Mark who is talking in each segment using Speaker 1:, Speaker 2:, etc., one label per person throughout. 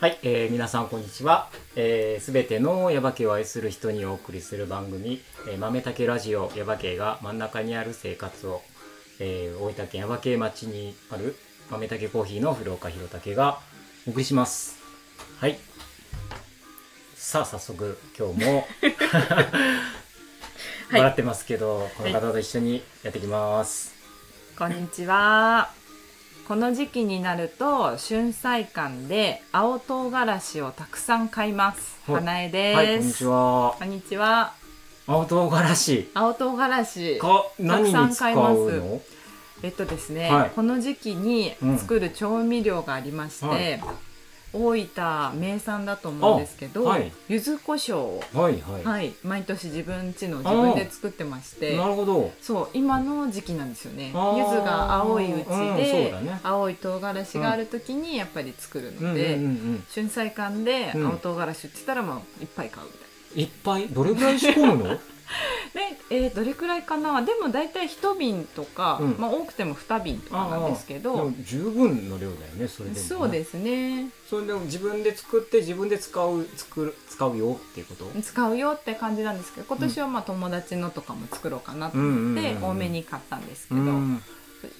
Speaker 1: はい、えー、皆さんこんにちは。す、え、べ、てのヤバケを愛する人にお送りする番組、えー、豆たけラジオヤバケが真ん中にある生活を、えー、大分県ヤバケ町にある豆たけコーヒーの古岡弘武がお送りします。はい。さあ早速今日 も
Speaker 2: はい
Speaker 1: 笑ってますけど、この方と一緒にやっていきます。
Speaker 2: こんにちは。この時期になると春菜館で青唐辛子をたくさん買います。
Speaker 1: はい
Speaker 2: 花江
Speaker 1: はい、
Speaker 2: です、
Speaker 1: こんにち。は。
Speaker 2: こんにちは。
Speaker 1: 青唐辛子。
Speaker 2: 青唐辛子。
Speaker 1: か何に
Speaker 2: た
Speaker 1: 使
Speaker 2: くさ
Speaker 1: うん
Speaker 2: 買います
Speaker 1: の？
Speaker 2: えっとですね、
Speaker 1: はい
Speaker 2: この時期に作る調味料がありまして、
Speaker 1: は
Speaker 2: 大分名産だと思うんですけど、
Speaker 1: あはい
Speaker 2: 柚子胡椒を、
Speaker 1: はいはい。
Speaker 2: はい、毎年自分家の自分で作ってまして、
Speaker 1: なるほど。
Speaker 2: そう今の時期なんですよね柚
Speaker 1: あー
Speaker 2: 子が青いうち
Speaker 1: うんそう
Speaker 2: で、
Speaker 1: だね
Speaker 2: 青い唐辛子がある時にやっぱり作る
Speaker 1: うんう
Speaker 2: の
Speaker 1: んう
Speaker 2: で、
Speaker 1: ん
Speaker 2: 春菜館で
Speaker 1: うん
Speaker 2: 青唐辛子って言ったらもういっぱい買うみ
Speaker 1: うん。いっぱいどれぐらい仕込むの？
Speaker 2: たいなで、えーどれくらいかなでも大体1瓶とか、
Speaker 1: うん
Speaker 2: まあ、多くても2瓶とか なんですけ
Speaker 1: でも
Speaker 2: ど
Speaker 1: 十分の量だよね。それでもね。
Speaker 2: そうですね
Speaker 1: それでも自分で作って自分で使う作る使うよっていうこと？
Speaker 2: 使うよって感じなんですけど今年はまあ友達のとかも作ろうかなと思って
Speaker 1: うんうんうんうん
Speaker 2: 多めに買ったんですけ
Speaker 1: う
Speaker 2: ど、
Speaker 1: ん。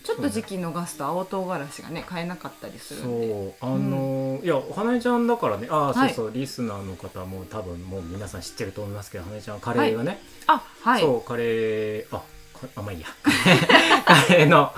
Speaker 2: ちょっと時期逃すと青唐辛子がね買えなかったりする
Speaker 1: そ
Speaker 2: んで
Speaker 1: うあのーいや花江ちゃんだからねあー
Speaker 2: はい
Speaker 1: そうそうリスナーの方も多分もう皆さん知ってると思いますけど花江ちゃんはカレーがね
Speaker 2: あはい
Speaker 1: そうカレーあかあまあいいや カレーの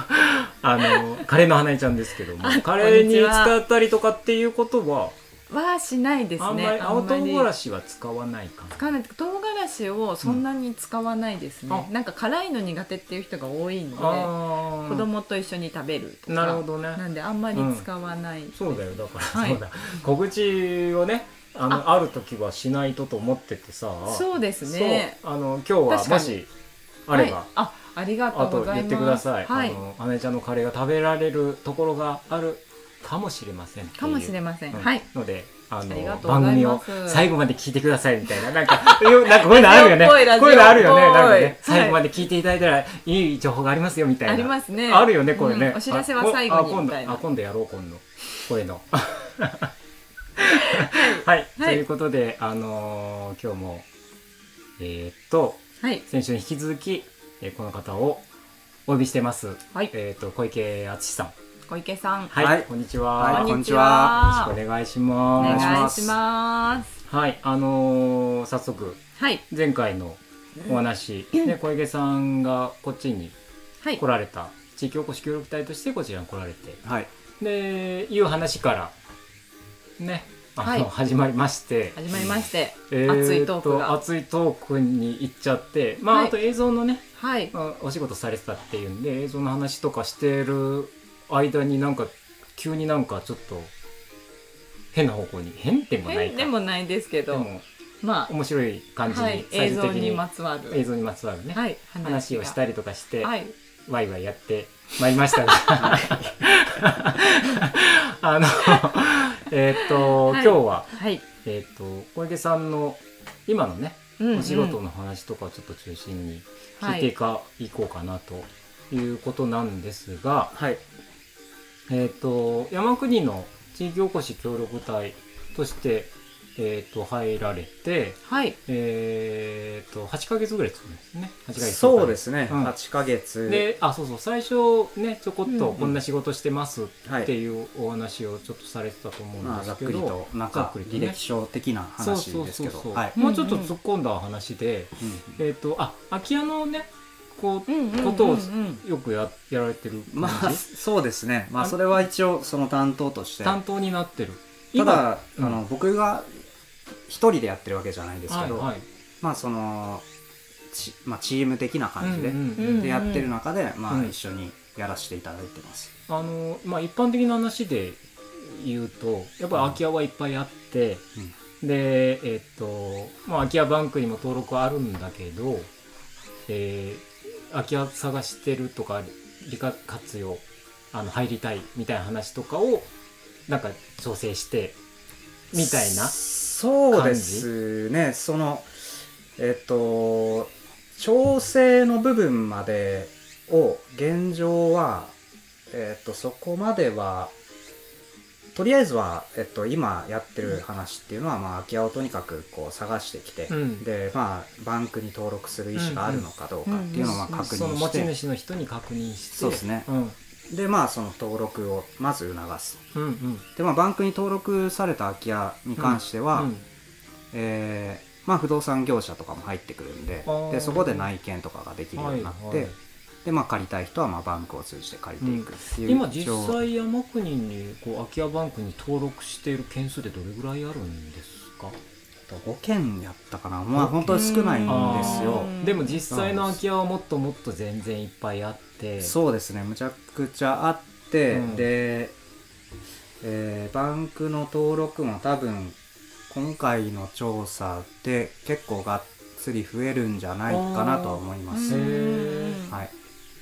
Speaker 1: あのカレーの花江ちゃんですけどもカレーに使ったりとかっていうことは
Speaker 2: はしないですね。
Speaker 1: あんまり青唐
Speaker 2: り
Speaker 1: 辛子は使わないかな
Speaker 2: 使わない唐辛子をそんなに使わないですね、
Speaker 1: うん
Speaker 2: なんか辛いの苦手っていう人が多いの
Speaker 1: あ
Speaker 2: で
Speaker 1: ー
Speaker 2: 子供と一緒に食べるとか
Speaker 1: なるほどね
Speaker 2: なんであんまり使わない、
Speaker 1: そうだよだから、
Speaker 2: はい
Speaker 1: そうだ告知をねあのある時はしないとと思っててさ
Speaker 2: そうですね
Speaker 1: そうあの今日は
Speaker 2: 確か
Speaker 1: も
Speaker 2: に
Speaker 1: しあれば、
Speaker 2: はい、あありがと
Speaker 1: あ
Speaker 2: うご
Speaker 1: と
Speaker 2: ざいます
Speaker 1: 言ってください、
Speaker 2: は
Speaker 1: あ
Speaker 2: い、
Speaker 1: の姉ちゃんのカレーが食べられるところがあるかもしれませんっていう
Speaker 2: かもしれません、
Speaker 1: うん
Speaker 2: はい
Speaker 1: のであの
Speaker 2: ありがとう
Speaker 1: 番
Speaker 2: ござい
Speaker 1: 組を
Speaker 2: ます
Speaker 1: 最後まで聞いてくださいみたいななんか よなんかこういうのあるよね
Speaker 2: ラジオっぽいラジオっ
Speaker 1: こう
Speaker 2: ぽい
Speaker 1: いうのあるよねなんか
Speaker 2: はい
Speaker 1: ね最後まで聞いていただいたらいい情報がありますよみたいな
Speaker 2: ありますね
Speaker 1: あるよねこれね、
Speaker 2: うんお知らせは最後
Speaker 1: あ
Speaker 2: に
Speaker 1: おあ今
Speaker 2: みたい
Speaker 1: 度
Speaker 2: な
Speaker 1: あ今度やろう今度こういう のはい、
Speaker 2: はい
Speaker 1: ということであのー今日もえー、っと
Speaker 2: はい
Speaker 1: 先週に引き続き、えーこの方をお呼びしてます、
Speaker 2: はい
Speaker 1: えー、っと小池敦さん
Speaker 2: 小池さん、
Speaker 1: はい、
Speaker 3: はい
Speaker 1: こんにちは、
Speaker 3: はい
Speaker 1: よ
Speaker 3: こんにちは
Speaker 1: ろしくお願いし
Speaker 2: お
Speaker 1: ます
Speaker 2: 願いします
Speaker 1: はい、あのー早速
Speaker 2: はい
Speaker 1: 前回のお話、ね、小池さんがこっちに
Speaker 2: はい
Speaker 1: 来られた地域おこし協力隊としてこちらに来られて
Speaker 3: はい、
Speaker 1: でいう話からねあの、
Speaker 2: はい
Speaker 1: 始まりまして、
Speaker 2: 始まりまして、
Speaker 1: えーっと
Speaker 2: 熱いトークが
Speaker 1: 熱いトークに行っちゃってまあ、
Speaker 2: はい
Speaker 1: あと映像のね、
Speaker 2: はい
Speaker 1: まあ、お仕事されてたっていうんで映像の話とかしてる間になんか急になんかちょっと変な方向に変でもない
Speaker 2: 変
Speaker 1: か
Speaker 2: でもないですけ
Speaker 1: で
Speaker 2: ど
Speaker 1: も
Speaker 2: まあ
Speaker 1: 面白い感じに、
Speaker 2: はい、
Speaker 1: 最
Speaker 2: 映
Speaker 1: 終
Speaker 2: 像
Speaker 1: 的に
Speaker 2: にまつわる
Speaker 1: 映像にまつわるね、
Speaker 2: はい、
Speaker 1: 話をした
Speaker 2: り
Speaker 1: りとかして、
Speaker 2: はい、
Speaker 1: ワイワイやってまいりま したがあのえーっと、
Speaker 2: はい
Speaker 1: 今日は、
Speaker 2: はい
Speaker 1: えーっと小池さんの今のね
Speaker 2: うんうん
Speaker 1: お仕事の話とかをちょっと中心に聞
Speaker 2: はいい
Speaker 1: ていか、い、こうかなということなんですが、
Speaker 3: はい、
Speaker 1: えー、と山国の地域おこし協力隊として、えー、と入られて、
Speaker 2: はい
Speaker 1: えー、と8ヶ月ぐらいですね8ヶ月
Speaker 3: そうですね、
Speaker 1: うん
Speaker 3: 8ヶ月
Speaker 1: であそうそう最初ねちょこっと
Speaker 2: うん
Speaker 1: こんな仕事してます
Speaker 3: はい
Speaker 1: っていうお話をちょっとされてたと思うん
Speaker 3: ま
Speaker 1: で
Speaker 3: あ、ざ
Speaker 1: す
Speaker 3: っ
Speaker 1: け
Speaker 3: くり
Speaker 1: ど、
Speaker 3: となん
Speaker 1: ざっ
Speaker 3: か
Speaker 1: くりと
Speaker 3: 履
Speaker 1: ね
Speaker 3: 歴書的な話です
Speaker 1: そ
Speaker 3: け
Speaker 1: うそうそう
Speaker 3: ど
Speaker 1: そう
Speaker 3: はい、
Speaker 1: もうちょっと突っ込んだ話で、
Speaker 3: うん
Speaker 1: えっ、とあ空き家のねこ
Speaker 2: うんうんうんうん
Speaker 1: うことをよくややられてる感じ、
Speaker 3: まあそうですねま
Speaker 1: あ
Speaker 3: あそれは一応その担当として
Speaker 1: 担当になってる
Speaker 3: ただ、
Speaker 1: うん
Speaker 3: あの僕が一人でやってるわけじゃないですけ
Speaker 1: はい
Speaker 3: ど、
Speaker 1: はい
Speaker 3: まあそのち、まあ、チーム的な感じで,、
Speaker 1: うんうん
Speaker 2: うん
Speaker 3: でやってる中で、ま
Speaker 1: う
Speaker 3: あ、
Speaker 1: ん
Speaker 3: 一緒にやらせていただいてます、
Speaker 1: あのまあ一般的な話で言うとやっぱり空き家はいっぱいあって、
Speaker 3: うん
Speaker 1: でえっと、まあ、空き家バンクにも登録はあるんだけど、えー空き家探してるとか利活活用あの入りたいみたいな話とかをなんか調整してみたいな
Speaker 3: そうですねそのえっと調整の部分までを現状はえっとそこまではとりあえずは、えっと、今やってる話っていうのは、まあ、空き家をとにかくこう探してきて、
Speaker 1: うん
Speaker 3: で、まあ、バンクに登録する意思があるのかどうかっていうのをまあ
Speaker 1: うん
Speaker 3: 確
Speaker 1: その
Speaker 3: 認
Speaker 1: 持
Speaker 3: し
Speaker 1: ち
Speaker 3: て、
Speaker 1: 主の人に確認して
Speaker 3: そうですね
Speaker 1: うん、うん
Speaker 3: で、まあ、その登録をまず促す。
Speaker 1: うん
Speaker 3: で、まあ、バンクに登録された空き家に関しては、
Speaker 1: うん
Speaker 3: えーまあ、不動産業者とかも入ってくるんで
Speaker 1: あー
Speaker 3: でそこで内見とかができるようになって、
Speaker 1: はいはい
Speaker 3: でまあ、借りたい人はまあバンクを通じて借りていくっていう、
Speaker 1: 今実
Speaker 3: 一応
Speaker 1: 際山国にこう空き家バンクに登録している件数ってどれぐらいあるんですか
Speaker 3: 5件やったかなまあ本当は少ないんです
Speaker 1: あ
Speaker 3: よ
Speaker 1: ーでも実際の空き家はもっともっと全然いっぱいあって
Speaker 3: そうですねむちゃくちゃあって、
Speaker 1: うん
Speaker 3: で、えーバンクの登録も多分今回の調査で結構がっつり増えるんじゃないかなとは思います、
Speaker 1: へ
Speaker 2: ー
Speaker 3: はい、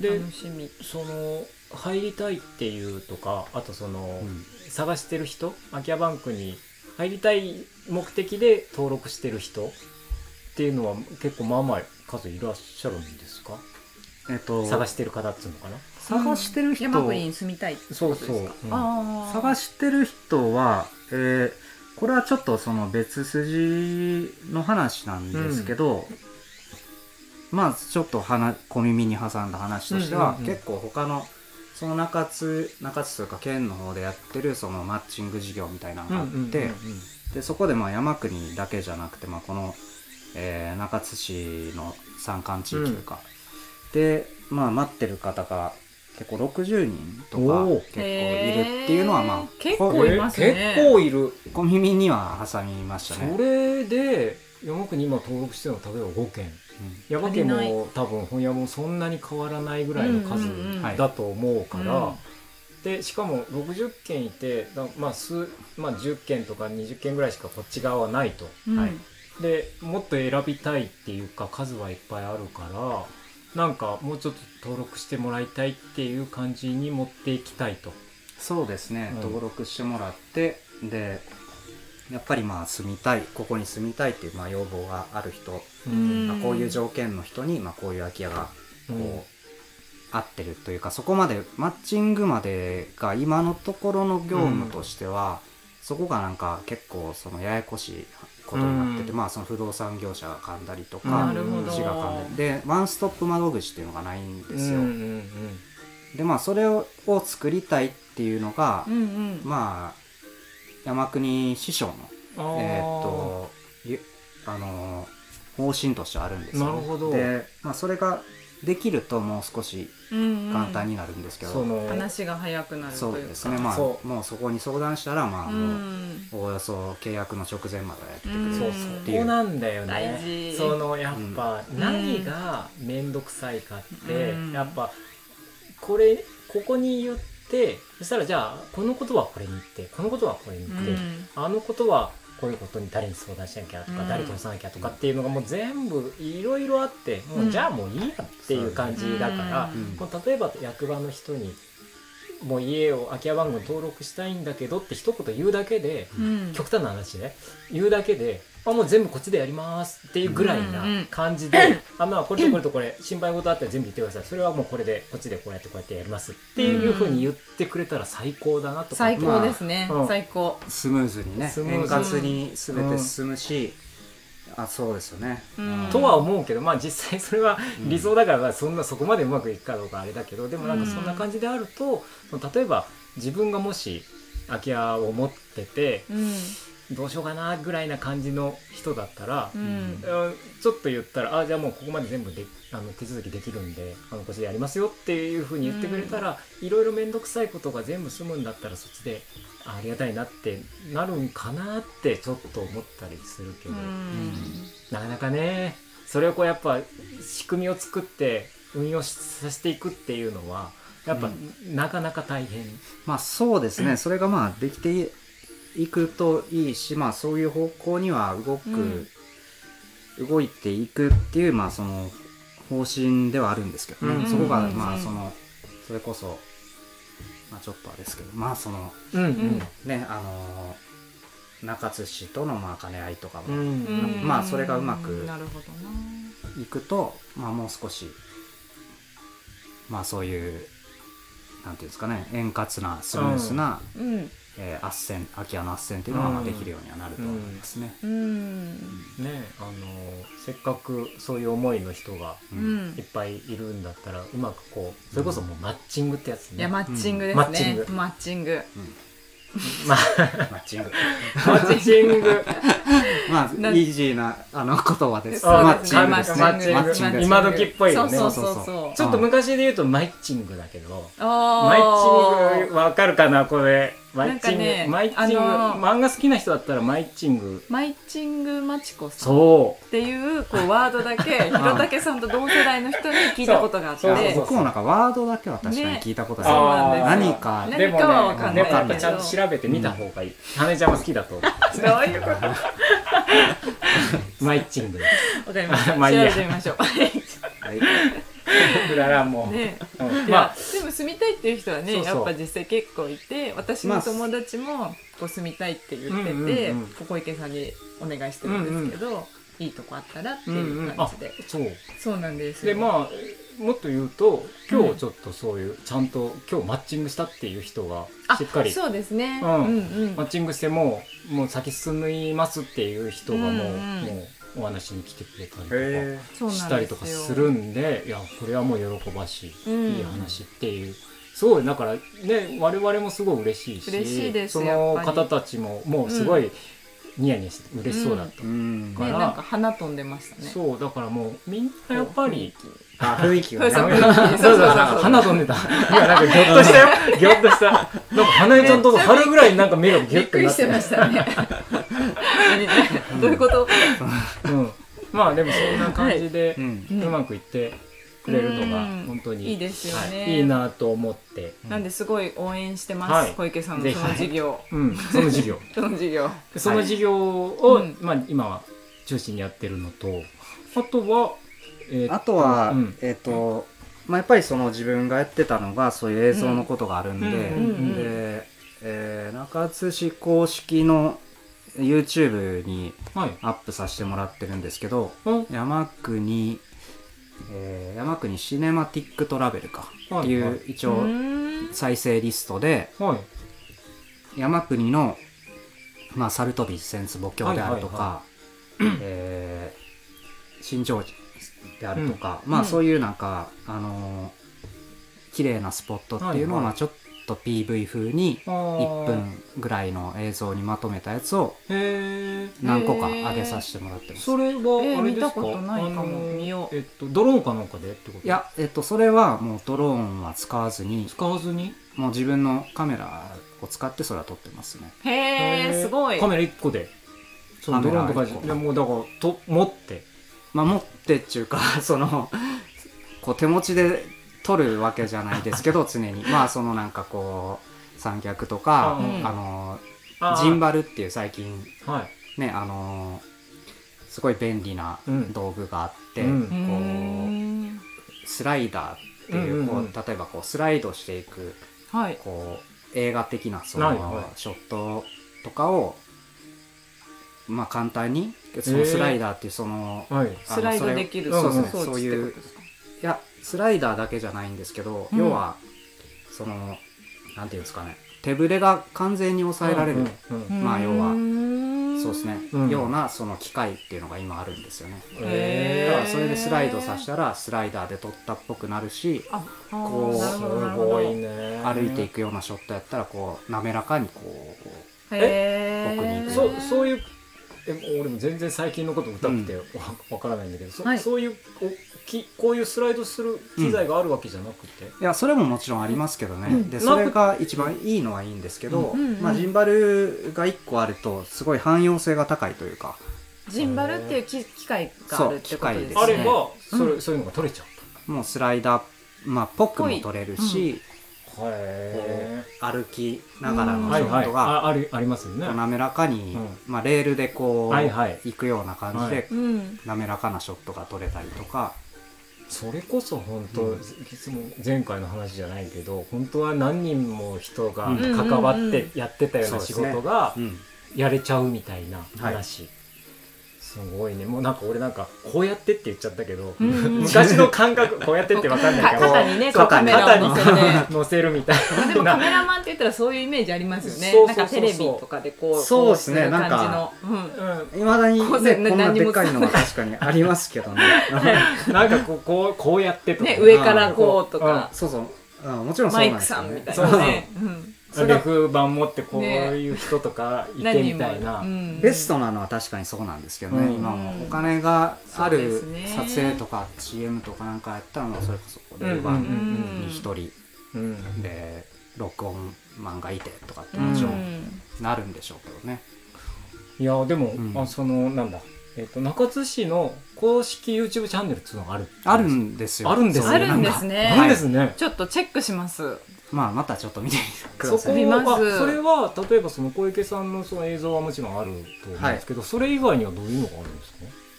Speaker 1: で
Speaker 2: 楽しみ
Speaker 1: その入りたいっていうとかあとその、
Speaker 3: うん
Speaker 1: 探してる人空き家バンクに入りたい目的で登録してる人っていうのは結構まあまあ数いらっしゃるんですか
Speaker 3: えっと
Speaker 1: 探してる方っつうのかな
Speaker 3: 探してる人
Speaker 2: 山国に住みたいってことですか
Speaker 1: そうそううん
Speaker 2: あ
Speaker 3: 探
Speaker 2: し
Speaker 3: してる人は、えーこれはちょっとその別筋の話なんですけど、まあちょっと話小耳に挟んだ話としては、
Speaker 1: うんうんうん
Speaker 3: 結構他のその中津中津というか県の方でやってるそのマッチング事業みたいなのがあって、でそこでまあ山国だけじゃなくて、まあ、この、えー中津市の山間地域とか、で、まあ、待ってる方が結構60人とか
Speaker 1: おー
Speaker 3: 結構いるっていうのは、まあ、
Speaker 2: 結
Speaker 3: こ
Speaker 2: 構います
Speaker 1: え
Speaker 2: ね
Speaker 1: 結構いる
Speaker 3: 小耳には挟みました
Speaker 1: そ
Speaker 3: ね。
Speaker 1: れで山奥に今登録してるの例えば5件
Speaker 3: うん
Speaker 1: 山家
Speaker 2: 足りな
Speaker 1: も多分本屋もそんなに変わらないぐらいの数
Speaker 2: うんうんうん
Speaker 3: はい
Speaker 1: だと思うから、
Speaker 2: うん
Speaker 1: でしかも60件いてだまあ数、まあ、10件とか20件ぐらいしかこっち側はないと
Speaker 2: うん
Speaker 3: はい
Speaker 1: でもっと選びたいっていうか数はいっぱいあるからなんかもうちょっと登録してもらいたいっていう感じに持っていきたいと。
Speaker 3: そうですね、
Speaker 1: うん
Speaker 3: 登録してもらってでやっぱりまあ住みたいここに住みたいっていうまあ要望がある人、
Speaker 2: うん
Speaker 3: まあこういう条件の人にまあこういう空き家が
Speaker 1: う
Speaker 3: こ
Speaker 1: ん
Speaker 3: う、合ってるというかそこまでマッチングまでが今のところの業務としては、そこがなんか結構そのややこしいことになってて、
Speaker 1: うん
Speaker 3: まあその不動産業者が噛んだりと
Speaker 2: な
Speaker 3: か、
Speaker 2: るほど
Speaker 3: 市が噛んだりでワンストップ窓口っていうのがないんです
Speaker 1: うんう
Speaker 3: よ、
Speaker 1: んうん
Speaker 3: でまあそれをを作りたいっていうのが、
Speaker 2: うんうん
Speaker 3: まあ山国師匠の
Speaker 1: あー
Speaker 3: えーっとゆあのー方針としてあるんですよ、ね、
Speaker 1: なるほど
Speaker 3: で、まあ、それができるともう少し
Speaker 2: うんうん
Speaker 3: 簡単になるんですけど、
Speaker 1: その
Speaker 2: 話が早くなるとい
Speaker 3: そうう
Speaker 2: か
Speaker 3: ですねまあ
Speaker 1: そう
Speaker 3: もうそこに相談したらまあ
Speaker 2: う
Speaker 3: もうんおおよそ契約の直前までやってく
Speaker 2: う
Speaker 3: れ
Speaker 2: ん
Speaker 3: る
Speaker 1: そうそこなんだよ
Speaker 2: 大
Speaker 1: ね
Speaker 2: 事
Speaker 1: そのやっぱ
Speaker 2: うん
Speaker 1: 何が面倒くさいかって、
Speaker 2: うん
Speaker 1: やっぱこれここに言ってそしたらじゃあこのことはこれに言ってこのことはこれに言って、
Speaker 2: うん
Speaker 1: あのことはこういうことに誰に相談しなきゃとか、
Speaker 2: うん
Speaker 1: 誰と押さなきゃとかっていうのがもう全部いろいろあっても
Speaker 2: う
Speaker 1: うんじゃあもういいやっていう感じだから、
Speaker 2: うん
Speaker 1: もう例えば役場の人に「もう家を空き家番号に登録したいんだけど」って一言言うだけで
Speaker 2: うん
Speaker 1: 極端な話ね言うだけであもう全部こっちでやりますっていうぐらいな
Speaker 2: うんうん
Speaker 1: 感じ で、あまあこれとこれとこれ心配事あったら全部言ってくださいそれはもうこれでこっちでこうやってこうやってやりますっていうふうに言ってくれたら最高だなとか
Speaker 2: 最高ですね
Speaker 1: まあうん
Speaker 2: 最高
Speaker 3: スムーズにね
Speaker 1: スムーズ
Speaker 3: 円滑に全て進むし、あそうですよね、
Speaker 2: うん
Speaker 1: とは思うけどまあ実際それは理想だからまあそんなそこまでうまくいくかどうかあれだけどでもなんかそんな感じであるとその例えば自分がもし空き家を持ってて
Speaker 2: うん
Speaker 1: どうしようかなぐらいな感じの人だったら
Speaker 2: う
Speaker 1: うん
Speaker 2: ん
Speaker 1: ちょっと言ったら、あじゃあもうここまで全部であの手続きできるんで、あのこっちでやりますよっていうふうに言ってくれたら、いろいろ面倒くさいことが全部済むんだったら、そっちであありがたいなってなるんかなってちょっと思ったりするけ
Speaker 2: う
Speaker 1: ど、
Speaker 2: ん
Speaker 1: なかなかね、それをこうやっぱ仕組みを作って運用しさせていくっていうのは、やっぱ、
Speaker 3: う
Speaker 1: なかなか大変。
Speaker 3: まあそうですねそれがまあできていくといいしまあそういう方向には動く、
Speaker 2: うん
Speaker 3: 動いていくっていうまあその方針ではあるんですけどね、
Speaker 1: うん
Speaker 3: そこが
Speaker 2: うん
Speaker 3: まあ
Speaker 2: うん
Speaker 3: そのそれこそまあちょっとはですけどまあその
Speaker 1: うん
Speaker 3: ねあのー中津市とのまあ兼ね合いとか
Speaker 1: う
Speaker 3: も
Speaker 1: ん
Speaker 2: うん
Speaker 3: まあそれがうまく
Speaker 2: なるほどな
Speaker 3: 行くと、まあもう少しまあそういうなんていうんですかね円滑なスムーズな
Speaker 2: うん
Speaker 3: えー、斡旋空き家の斡旋っていうのがまあできるようにはなると思いますね。
Speaker 2: うん
Speaker 1: ねあのせっかくそういう思いの人が
Speaker 2: う
Speaker 3: うん
Speaker 2: ん
Speaker 1: いっぱいいるんだったらうまくこうそれこそもうマッチングってやつ
Speaker 2: い
Speaker 1: ね、
Speaker 2: やマ
Speaker 1: マ
Speaker 2: ッチングで
Speaker 1: マ
Speaker 2: す
Speaker 1: ッチン
Speaker 2: ね
Speaker 1: グ
Speaker 2: マッチング
Speaker 1: まあ
Speaker 3: マッチング
Speaker 1: マッチング
Speaker 3: まあイ
Speaker 2: な
Speaker 3: ージーなあの言葉です。
Speaker 2: そう
Speaker 3: マ
Speaker 1: あ
Speaker 3: ッチングですね。
Speaker 2: マ
Speaker 3: マ
Speaker 2: ッチング
Speaker 3: ッチ
Speaker 1: マッチン
Speaker 3: ングです
Speaker 1: グ今時っぽいよね
Speaker 2: そうそうそうそう
Speaker 1: ちょっと昔で言うとマイチングだけどマイ
Speaker 2: あ
Speaker 1: チングわかるかなこれマイチング、
Speaker 2: なんかね
Speaker 1: マイチング、
Speaker 2: あの
Speaker 1: 漫画好きな人だったらマイチング
Speaker 2: マイチングマチコさんっ
Speaker 1: そう
Speaker 2: ていうこうワードだけひろたけさんと同世代の人に聞いたことがあって
Speaker 1: そうそうそう
Speaker 3: 僕もなんかワードだけは確かに聞いたことある。
Speaker 2: そうなんですよ
Speaker 1: あー
Speaker 3: 何か
Speaker 2: ね
Speaker 1: でもね
Speaker 2: 何かはわかんないけど
Speaker 1: よかったちゃんと調べてみた方がいい羽根ちゃんは好きだと 思
Speaker 2: どういうことわ
Speaker 1: うマイチングです
Speaker 2: かりました
Speaker 1: まあいい
Speaker 2: 調べ
Speaker 1: や
Speaker 2: てみましょ
Speaker 3: はい
Speaker 1: だからも
Speaker 2: う
Speaker 1: う、
Speaker 2: ね
Speaker 1: うん
Speaker 2: い
Speaker 1: ま
Speaker 2: やでも住みたいっていう人はね
Speaker 1: そうそう
Speaker 2: やっぱ実際結構いて私の友達もこう住みたいって言ってて、
Speaker 1: うんうんうん
Speaker 2: こう小池さんにお願いしてるんですけど、いいとこあったらって
Speaker 1: あ、
Speaker 2: いう感じで、
Speaker 1: あそう
Speaker 2: そうなんです
Speaker 1: で
Speaker 2: よ
Speaker 1: まあもっと言うと今日ちょっとそういう、ちゃんと今日マッチングしたっていう人がしっかり
Speaker 2: そうですね、
Speaker 1: うん
Speaker 2: うんうん
Speaker 1: マッチングしてもうもう先進みますっていう人がもう,、
Speaker 2: うんうん
Speaker 1: もうお話に来てくれたりとか
Speaker 3: へ
Speaker 2: そう
Speaker 1: し
Speaker 2: な
Speaker 1: た
Speaker 2: んで
Speaker 1: りと
Speaker 2: すよ
Speaker 1: かするんでいやこれはもう喜ばしい、
Speaker 2: うん
Speaker 1: いい話っていうすごいだからね我々もすごい嬉しいし
Speaker 2: 嬉しいです
Speaker 1: そ
Speaker 2: やっ
Speaker 1: の
Speaker 2: ぱり
Speaker 1: 方たちももうすごいニヤニヤして嬉しそうだった、
Speaker 3: ーうん
Speaker 1: か
Speaker 2: ね、
Speaker 1: ら
Speaker 2: なんか花飛んでましたね
Speaker 1: そうだからもうみんなやっぱり
Speaker 3: あ雰囲気がね
Speaker 2: そう
Speaker 1: そ
Speaker 2: そう
Speaker 1: うそうそう花飛んでた。今なんかギョッとしたよ。ギョッとした。なんか花江ちゃんと春ぐらいになんか目がギ
Speaker 2: び
Speaker 1: ョ
Speaker 2: っ
Speaker 1: ッ
Speaker 2: く
Speaker 1: と
Speaker 2: り
Speaker 1: なっ
Speaker 2: しててましたね何どういうこと、
Speaker 1: うん。まあでもそんな感じで
Speaker 3: う
Speaker 1: うんんうまくいってくれるのが
Speaker 2: うん
Speaker 1: 本当に
Speaker 2: いいですよね
Speaker 1: はいいいなと思って。
Speaker 2: なんですごい応援してます、
Speaker 1: はい
Speaker 2: 小池さんのその事業、
Speaker 1: うん。その事業。
Speaker 2: その事業
Speaker 1: その事業を
Speaker 2: うん
Speaker 1: まあ今は中心にやってるのと、あとはえー
Speaker 3: あとは、
Speaker 1: うん
Speaker 3: えっ、と、まあ、やっぱりその自分がやってたのがそういう映像のことがあるんで、
Speaker 1: うんうんうん
Speaker 3: で、えー中津市公式の YouTube に
Speaker 1: はい。
Speaker 3: アップさせてもらってるんですけど
Speaker 1: うん
Speaker 3: 山国、えー山国シネマティックトラベルか
Speaker 1: はい
Speaker 3: ってい
Speaker 1: はいう
Speaker 3: 一
Speaker 2: う
Speaker 3: 応
Speaker 2: ん
Speaker 3: 再生リストで
Speaker 1: はい。
Speaker 3: 山国の、まあ、サルトビス千坪橋であるとか、えー新庄寺であるとか、ま
Speaker 2: う
Speaker 3: あ
Speaker 2: ん
Speaker 3: そういうなんか、あのー綺麗なスポットっていうのを、
Speaker 1: はいはい
Speaker 3: まあ、ちょっと PV 風に
Speaker 1: あー
Speaker 3: 1分ぐらいの映像にまとめたやつを
Speaker 1: へー。
Speaker 3: 何個か上げさせてもらってます。
Speaker 1: それはあれですか、
Speaker 2: えー見たことないかも
Speaker 1: あの
Speaker 2: 見よう
Speaker 1: えっとドローンかなんかでってこと
Speaker 3: いや、えっと、それはもうドローンは使わずに、
Speaker 1: 使わずに
Speaker 3: もう自分のカメラを使ってそれは撮ってますね。
Speaker 2: へえすごい
Speaker 1: カメラ1個でその
Speaker 3: カ
Speaker 1: ド
Speaker 3: メ
Speaker 1: ロー
Speaker 3: ラ
Speaker 1: ンとか
Speaker 3: 一個
Speaker 1: でもうだからと持って
Speaker 3: まあ、持ってっていうか そのこう手持ちで取るわけじゃないですけど常にまあそのなんかこう三脚とか
Speaker 1: あ
Speaker 2: うん
Speaker 3: あの
Speaker 1: あー
Speaker 3: ジンバルっていう最近
Speaker 1: はい
Speaker 3: ねあのすごい便利な
Speaker 1: うん
Speaker 3: 道具があって、
Speaker 1: うん
Speaker 2: うー
Speaker 3: こ
Speaker 2: ん
Speaker 3: うスライダーっていう,、
Speaker 1: うんうんうん
Speaker 3: こう例えばこうスライドしていく
Speaker 2: はい
Speaker 3: こう映画的なそ
Speaker 1: はいは
Speaker 3: のショットとかを、まあ簡単にそ
Speaker 1: へ
Speaker 3: の
Speaker 1: ー
Speaker 3: スライダーっていうその、
Speaker 1: はい
Speaker 3: あの
Speaker 2: スライドできる
Speaker 3: それを
Speaker 1: うん
Speaker 3: そう
Speaker 1: うん
Speaker 3: そう
Speaker 2: 装
Speaker 3: そ
Speaker 2: 置
Speaker 3: う
Speaker 2: って
Speaker 3: い
Speaker 2: こ
Speaker 3: う
Speaker 2: とですか
Speaker 3: いやスライダーだけじゃないんですけど、
Speaker 2: うん
Speaker 3: 要はそのなんていうんですかね手ぶれが完全に抑えられる、
Speaker 1: うんうん
Speaker 3: まあ要は
Speaker 2: うーん
Speaker 3: そうですね、
Speaker 1: うん
Speaker 3: ようなその機械っていうのが今あるんですよね、
Speaker 2: へー
Speaker 3: だからそれでスライドさせたらスライダーで撮ったっぽくなるし
Speaker 2: ああー
Speaker 3: こう
Speaker 2: なるほどなる
Speaker 1: す
Speaker 2: ほど
Speaker 1: ごいね
Speaker 3: 歩いていくようなショットやったらこう滑らかにこう
Speaker 2: へ
Speaker 3: 奥に行
Speaker 2: ー
Speaker 3: く
Speaker 1: そうそう
Speaker 2: いう
Speaker 1: いうえ俺も全然最近のこと歌ってわわからないんだけど、そ
Speaker 2: はい
Speaker 1: そういうおきこういうスライドする機材があるわけじゃなくて、
Speaker 3: いやそれももちろんありますけどね、
Speaker 2: うん
Speaker 3: で
Speaker 1: なく
Speaker 3: それが一番いいのはいいんですけど、
Speaker 2: うんうんうん
Speaker 3: まあ、ジンバルが1個あるとすごい汎用性が高いというか
Speaker 2: ジンバルっていうき機械があるってことですね
Speaker 3: そう
Speaker 1: あ
Speaker 3: 機
Speaker 1: れ
Speaker 3: 械ですね
Speaker 1: ばそれ、そういうのが取れちゃう
Speaker 3: もうスライダー、まあ、ポックも取れるし、
Speaker 1: とへ
Speaker 3: 歩きながら
Speaker 2: う
Speaker 3: の
Speaker 2: ん
Speaker 1: は
Speaker 3: シ
Speaker 1: い
Speaker 3: ョ
Speaker 1: は
Speaker 3: ッ
Speaker 1: い
Speaker 3: トが
Speaker 1: ああるありますよね
Speaker 3: 滑らかに、
Speaker 1: うん
Speaker 3: まあ、レールでこう、
Speaker 1: はいはい
Speaker 3: 行くような感じ
Speaker 1: はい
Speaker 3: で
Speaker 2: うん
Speaker 3: 滑らかなショットが撮れたりとか、
Speaker 1: それこそ本当、
Speaker 3: う
Speaker 1: い
Speaker 3: ん
Speaker 1: つも前回の話じゃないけど本当は何人も人が
Speaker 3: うん
Speaker 1: 関わ
Speaker 2: うんうん
Speaker 1: っ
Speaker 2: うん
Speaker 1: てやってたような仕事が
Speaker 3: うん
Speaker 1: やれちゃうみたいな話、すすごいねもうなんか俺なんかこうやってって言っちゃったけど、
Speaker 2: うんうん
Speaker 1: 昔の感 覚こうやってって分かんない
Speaker 2: か
Speaker 1: けど
Speaker 2: 肩にね
Speaker 3: そ
Speaker 2: こ
Speaker 3: う
Speaker 2: うカメラを乗せて
Speaker 1: 乗せるみたい
Speaker 2: でもカ
Speaker 1: な
Speaker 2: メラマンって言ったらそういうイメージありますよね
Speaker 1: そうそ
Speaker 2: な
Speaker 1: うんそう
Speaker 2: か
Speaker 1: そう
Speaker 2: テレビとかでこう
Speaker 3: そうですね
Speaker 2: こする感じの
Speaker 1: う
Speaker 3: いまだに、ね、
Speaker 2: こうね
Speaker 3: こんな
Speaker 2: 何
Speaker 3: で
Speaker 2: も
Speaker 3: っかい のは確かにありますけどね
Speaker 1: ん、なんかこうこうこうやって
Speaker 2: う
Speaker 1: と
Speaker 2: ん
Speaker 1: か、
Speaker 2: ね上からこうとか
Speaker 3: そうそう、うん、もちろんそう
Speaker 2: マ
Speaker 3: なん
Speaker 2: イ
Speaker 3: で
Speaker 2: ク
Speaker 3: すよ
Speaker 2: さ
Speaker 3: ね
Speaker 2: んみたい
Speaker 1: そう
Speaker 2: な
Speaker 1: そう
Speaker 2: ねうん
Speaker 1: レフ板持ってこういう人とかいてみたいな、
Speaker 2: うん
Speaker 3: ベストなのは確かにそうなんですけどね、
Speaker 1: うん
Speaker 3: 今もお金がある
Speaker 2: そうですね
Speaker 3: 撮影とか CM とかなんかやったらもうそれこそこ
Speaker 1: うん
Speaker 3: れ
Speaker 1: うんう
Speaker 3: 番
Speaker 1: ん
Speaker 3: に一人
Speaker 1: うん
Speaker 3: で録音マンがいてとかって
Speaker 2: うん
Speaker 3: もちろ
Speaker 2: うんん
Speaker 3: なるんでしょうけどね、
Speaker 1: いやでも、
Speaker 3: うん
Speaker 1: あそのなんだえっ、と中津市の公式 YouTube チャンネルっていうのがある
Speaker 3: あるんですよ
Speaker 1: あるんですね
Speaker 3: そういうのが
Speaker 2: あるんですね
Speaker 1: あるんですね、
Speaker 2: ちょっとチェックします
Speaker 3: まあまたちょっと見てく
Speaker 1: そ
Speaker 3: だ
Speaker 1: こ
Speaker 3: さ
Speaker 1: は
Speaker 3: いう
Speaker 2: 見ます
Speaker 1: それは例えばその小池さんのその映像はもちろんあると思うんですけど、それ以外にはどういうのがあるんですか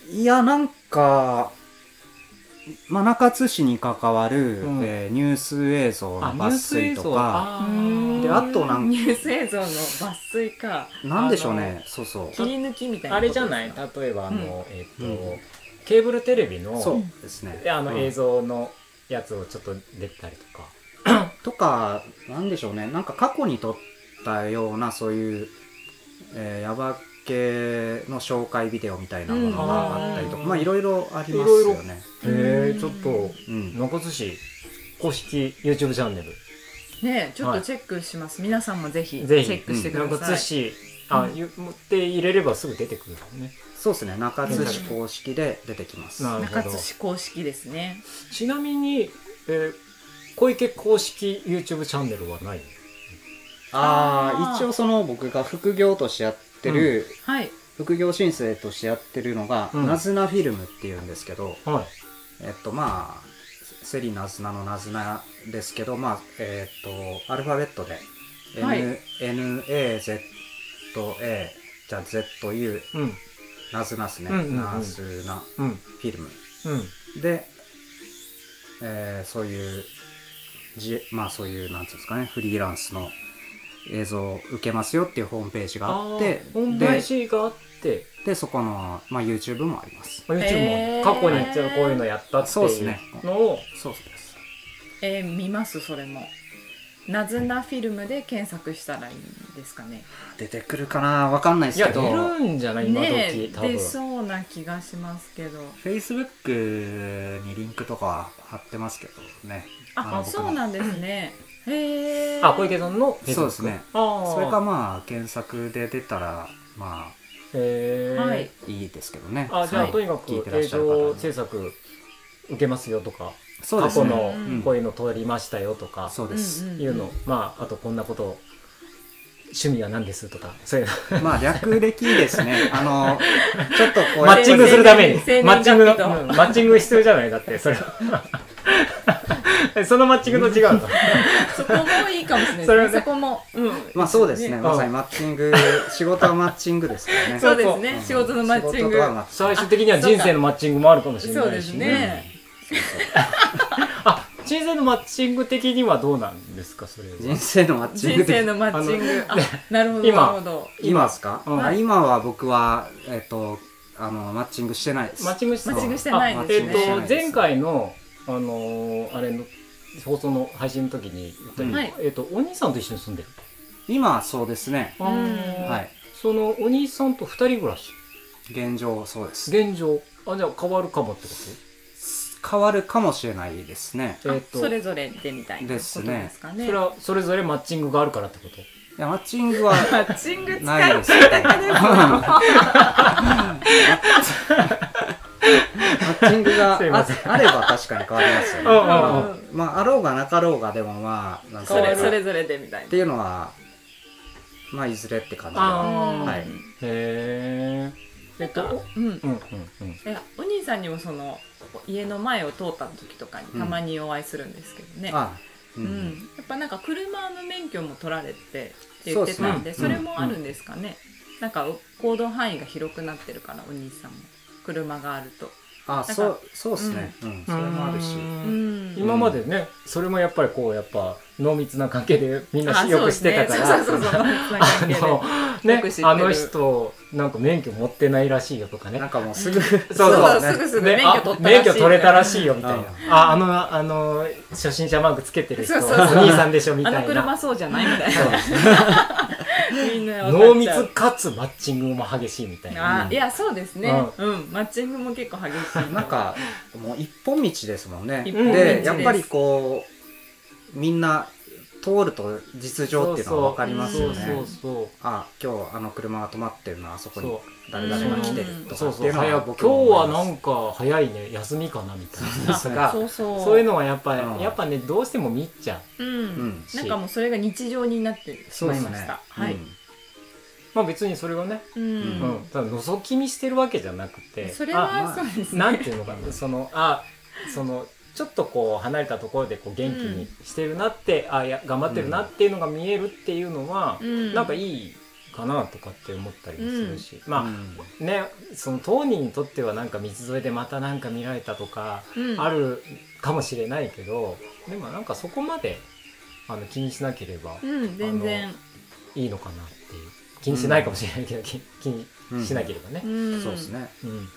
Speaker 3: いやなんか、まあ、中津市に関わる、
Speaker 1: うん
Speaker 3: えーニュース映像の抜粋とか
Speaker 1: あー
Speaker 3: であとなんか
Speaker 2: ニュース映像の抜粋か
Speaker 3: なんでしょうねそうそう
Speaker 2: 切り抜きみたいな
Speaker 1: あれじゃない
Speaker 2: ことで
Speaker 1: 例えばあの、えっ、と、
Speaker 3: うん
Speaker 1: ケーブルテレビの
Speaker 3: そうですね
Speaker 1: あの
Speaker 3: うん
Speaker 1: 映像のやつをちょっと出たりとか、
Speaker 3: とか、なんでしょうね、なんか過去に撮ったような、そういう、えー、ヤバ系の紹介ビデオみたいなものがあったりとか、
Speaker 1: うん
Speaker 3: まあいろいろあります
Speaker 1: いろい
Speaker 3: よ
Speaker 1: ろ
Speaker 3: ね。
Speaker 2: うん
Speaker 1: へえちょっと
Speaker 3: うん、
Speaker 1: 中津市公式 YouTube チャンネル
Speaker 2: すねねちょっとチェックします皆さんもぜひチ
Speaker 1: ぜ
Speaker 2: ェ
Speaker 1: ひ
Speaker 2: ックしてく
Speaker 1: 中
Speaker 2: だ
Speaker 1: 津
Speaker 2: さい
Speaker 1: 市あ、
Speaker 2: うん
Speaker 1: ゆって入れればすぐ出てくるのね
Speaker 3: そうですね、中津市公式で出てきます。
Speaker 1: なるほ
Speaker 2: 中
Speaker 1: ど
Speaker 2: 津市公式ですね
Speaker 1: ちなみに、えー小池公式 YouTube チャンネルはない
Speaker 3: あ
Speaker 2: あ
Speaker 3: あ、
Speaker 2: ー
Speaker 3: 一応その僕が副業としてやってる、
Speaker 2: はい
Speaker 3: 副業申請としてやってるのが、
Speaker 1: うん
Speaker 3: ナズナフィルムっていうんですけど、
Speaker 1: はい
Speaker 3: えっとまあ、セリナズナのナズナですけど、まあ、えっと、アルファベットで、N
Speaker 2: はい
Speaker 3: NAZA、じゃあ ZU、
Speaker 1: うん
Speaker 3: ナズナですね、
Speaker 1: うんうんうん
Speaker 3: ナズナフ
Speaker 1: うん
Speaker 3: ィルム。
Speaker 1: うん
Speaker 3: で、えーそういう、じまあそういう、なんていうんですかね、フリーランスの映像を受けますよっていうホームページがあって
Speaker 1: ー、ホームペー
Speaker 3: で
Speaker 1: ジがあって
Speaker 3: で、そこの、まあ、YouTube もあります。
Speaker 1: まあ YouTube
Speaker 2: へ
Speaker 1: も
Speaker 2: ー
Speaker 1: 過去に一応こういうのやったって
Speaker 3: そうです
Speaker 1: いう
Speaker 3: ね
Speaker 1: のを、
Speaker 3: そうです。
Speaker 2: えー、見ますそれもナズナフィルムで検索したらいいんですかね
Speaker 3: 出てくるかなわかんない
Speaker 1: い
Speaker 3: です
Speaker 1: や
Speaker 3: けど。
Speaker 1: 出るんじゃない今時、
Speaker 2: ねえ
Speaker 1: 多分
Speaker 2: 出そうな気がしますけど
Speaker 3: Facebook にリンクとかは貼ってますけどね。あ
Speaker 2: あ
Speaker 3: の
Speaker 2: そうなんですねへえ
Speaker 1: あ小池さんの
Speaker 3: そうですね
Speaker 1: Facebook あー
Speaker 3: それかまあ検索で出たらま
Speaker 1: へー
Speaker 2: はい
Speaker 3: あいいですけどね。
Speaker 1: あじゃあ、
Speaker 3: はい
Speaker 1: とにか
Speaker 3: 聞い
Speaker 1: く
Speaker 3: てらっ
Speaker 1: 映
Speaker 3: しゃる方
Speaker 1: 像
Speaker 3: は
Speaker 1: 制作受けますよとか、
Speaker 3: そう
Speaker 1: 過
Speaker 3: です
Speaker 1: 去
Speaker 3: ね。
Speaker 1: の
Speaker 2: うん
Speaker 1: こういうの撮りましたよとか、
Speaker 3: そうです。
Speaker 2: んんん
Speaker 1: いうの、まああとこんなこと趣味は何ですとか そういうの
Speaker 3: まあ略歴です ね。あのちょっとこう
Speaker 1: マッチングするために
Speaker 2: 生年
Speaker 1: マッチングの、
Speaker 2: 生
Speaker 1: う
Speaker 2: 年月日
Speaker 1: んマッチング必要じゃないだってそれ は そのマッチングと違うの
Speaker 2: そこもいいかもしれないで す
Speaker 1: それ
Speaker 2: ね
Speaker 1: はね
Speaker 2: そこも、うん、
Speaker 3: まあそうですね。
Speaker 1: ん
Speaker 3: まさにマッチング仕事はマッチングですからね。
Speaker 2: そうですね
Speaker 3: ん
Speaker 2: 仕事のマッチ
Speaker 3: 仕
Speaker 2: ン
Speaker 3: 事
Speaker 2: グ
Speaker 3: はマッチング
Speaker 1: 最終的には人生のマッチングもあるかもしれ
Speaker 2: そう
Speaker 1: な
Speaker 2: で
Speaker 1: い
Speaker 2: す
Speaker 1: し、
Speaker 2: ね
Speaker 1: あ人生のマッチング的にはどうなんですかそれは
Speaker 3: 人生のマッチン
Speaker 2: 人
Speaker 3: グ
Speaker 2: 生
Speaker 3: で
Speaker 2: のマッチング
Speaker 1: あ
Speaker 2: あ
Speaker 1: の
Speaker 2: なるほ ど
Speaker 1: 今
Speaker 2: なるほど
Speaker 3: 今ですか、
Speaker 1: うん
Speaker 3: あ今は僕はえっ、とあのマッチングしてないです
Speaker 1: マッチングして
Speaker 2: マッチングしてて
Speaker 1: な
Speaker 2: ないい
Speaker 1: あ
Speaker 2: で
Speaker 1: え
Speaker 2: す
Speaker 1: っ、
Speaker 2: ね
Speaker 1: と前回のあのーあれの放送の配信の時に、
Speaker 3: うん
Speaker 2: はい
Speaker 1: えっとお兄さんと一緒に住んでる、
Speaker 3: 今はそうですね
Speaker 2: うん
Speaker 3: は
Speaker 1: はいそのお兄さんと二人暮らし
Speaker 3: 現状そうです
Speaker 1: 現状あじゃあ変わるかもってこ
Speaker 3: 変わるかもしれないですね
Speaker 1: とえっ、
Speaker 2: あ
Speaker 1: と
Speaker 2: そ
Speaker 1: そ
Speaker 2: れぞれでみたいなことですかね
Speaker 1: れはそれぞれマッチングがあるからってこと
Speaker 3: いやマッチングは
Speaker 2: マッチング使
Speaker 3: ない
Speaker 2: い
Speaker 3: ですけど マッチング が
Speaker 1: すいま
Speaker 3: あ
Speaker 1: せん
Speaker 3: あれば確かに変わります
Speaker 1: うん
Speaker 3: よね
Speaker 1: うんうん
Speaker 2: うん
Speaker 3: まああろうがなかろうがでもまあなんか
Speaker 2: それ
Speaker 1: 変わる
Speaker 2: それぞれでみたい
Speaker 3: っ
Speaker 2: な
Speaker 3: ていうのはまあいずれって感じで
Speaker 1: あ
Speaker 3: は
Speaker 1: ー
Speaker 3: はい
Speaker 1: へええっと
Speaker 2: なんかうん
Speaker 1: うんうんうん
Speaker 2: えお兄さんにもその家の前を通った時とかにたまにお会いするんですけどね、
Speaker 3: あう
Speaker 2: うんんやっぱなんか車の免許も取られてって言ってたんで
Speaker 3: そう
Speaker 2: そ
Speaker 3: ですね
Speaker 2: れもあるんですかね、なんか行動範囲が広くなってるからお兄さんも車があると、
Speaker 3: あそうそうですねうん、それもあるし
Speaker 2: うん
Speaker 1: 今までねそれもやっぱりこうやっぱ濃密な関係でみんなよくしてたから
Speaker 2: あそうですねそうそうそう濃密な関 係で
Speaker 1: あの
Speaker 2: よ
Speaker 1: ね
Speaker 2: く知ってる
Speaker 1: あの人なんか免許持ってないらしいよとかね
Speaker 3: なんかもうすぐ
Speaker 1: そうそう
Speaker 2: すぐすぐ
Speaker 1: ね
Speaker 2: 免
Speaker 1: あ
Speaker 2: 許取ったらしい
Speaker 1: 免許取れたらしいよみたいな
Speaker 3: うん
Speaker 1: ああのあの初心者マークつけてる人
Speaker 2: そうそうそう
Speaker 1: お兄さんでしょみた
Speaker 2: あ
Speaker 1: いな
Speaker 2: の車そうじゃないみたいなみんな分かっちゃう
Speaker 1: 濃密かつマッチングも激しいみたいな
Speaker 2: あいやそうですね、うんマッチングも結構激しい
Speaker 3: なんかもう一本道ですもんね
Speaker 2: 一
Speaker 1: 本道
Speaker 3: で
Speaker 1: です
Speaker 3: やっぱりこうみんな通ると実情っていうのは分かりますよね
Speaker 1: そうそう
Speaker 3: あ今日あの車が止まってるなあそこに
Speaker 1: そ
Speaker 3: 誰々が来てると
Speaker 1: そ
Speaker 3: か
Speaker 1: う
Speaker 3: って
Speaker 1: そ
Speaker 3: いううの
Speaker 1: 早
Speaker 3: は
Speaker 1: く今
Speaker 3: 僕
Speaker 1: 日
Speaker 3: も
Speaker 1: は
Speaker 3: 思い
Speaker 1: な
Speaker 3: ます
Speaker 1: んか早いね休みかなみたいな
Speaker 3: そう
Speaker 1: が
Speaker 2: そうそう
Speaker 1: そういうのはやっぱ、
Speaker 3: うん
Speaker 1: やっぱねどうしても見っちゃう、
Speaker 2: うん、
Speaker 3: ん
Speaker 2: なんかもうそれが日常になってし
Speaker 3: そう
Speaker 2: ま
Speaker 3: で
Speaker 2: い
Speaker 3: す
Speaker 2: ま
Speaker 3: ね
Speaker 2: した、はい、
Speaker 1: まあ、別にそれがね、
Speaker 2: う
Speaker 1: うん
Speaker 2: ん
Speaker 1: ただ覗き見してるわけじゃなくて
Speaker 2: それ
Speaker 1: あ
Speaker 2: は
Speaker 3: あ
Speaker 2: そうですね
Speaker 1: なんていうのかなそのあそのちょっとこう離れたところでこう元気にしてるなって、あいや頑張ってるなっていうのが見えるっていうのは、
Speaker 2: うん
Speaker 1: なんかいいかなとかって思ったりもするし、まあ、
Speaker 3: うん
Speaker 1: ねその当人にとってはなんか道沿いでまたなんか見られたとか
Speaker 2: うん
Speaker 1: あるかもしれないけど、でもなんかそこまであの気にしなければ
Speaker 2: うん全然
Speaker 1: いいのかなっていう気にしないかもしれないけど、気気にしなければね
Speaker 2: う。
Speaker 3: うん
Speaker 2: ん
Speaker 3: そうですね
Speaker 1: うん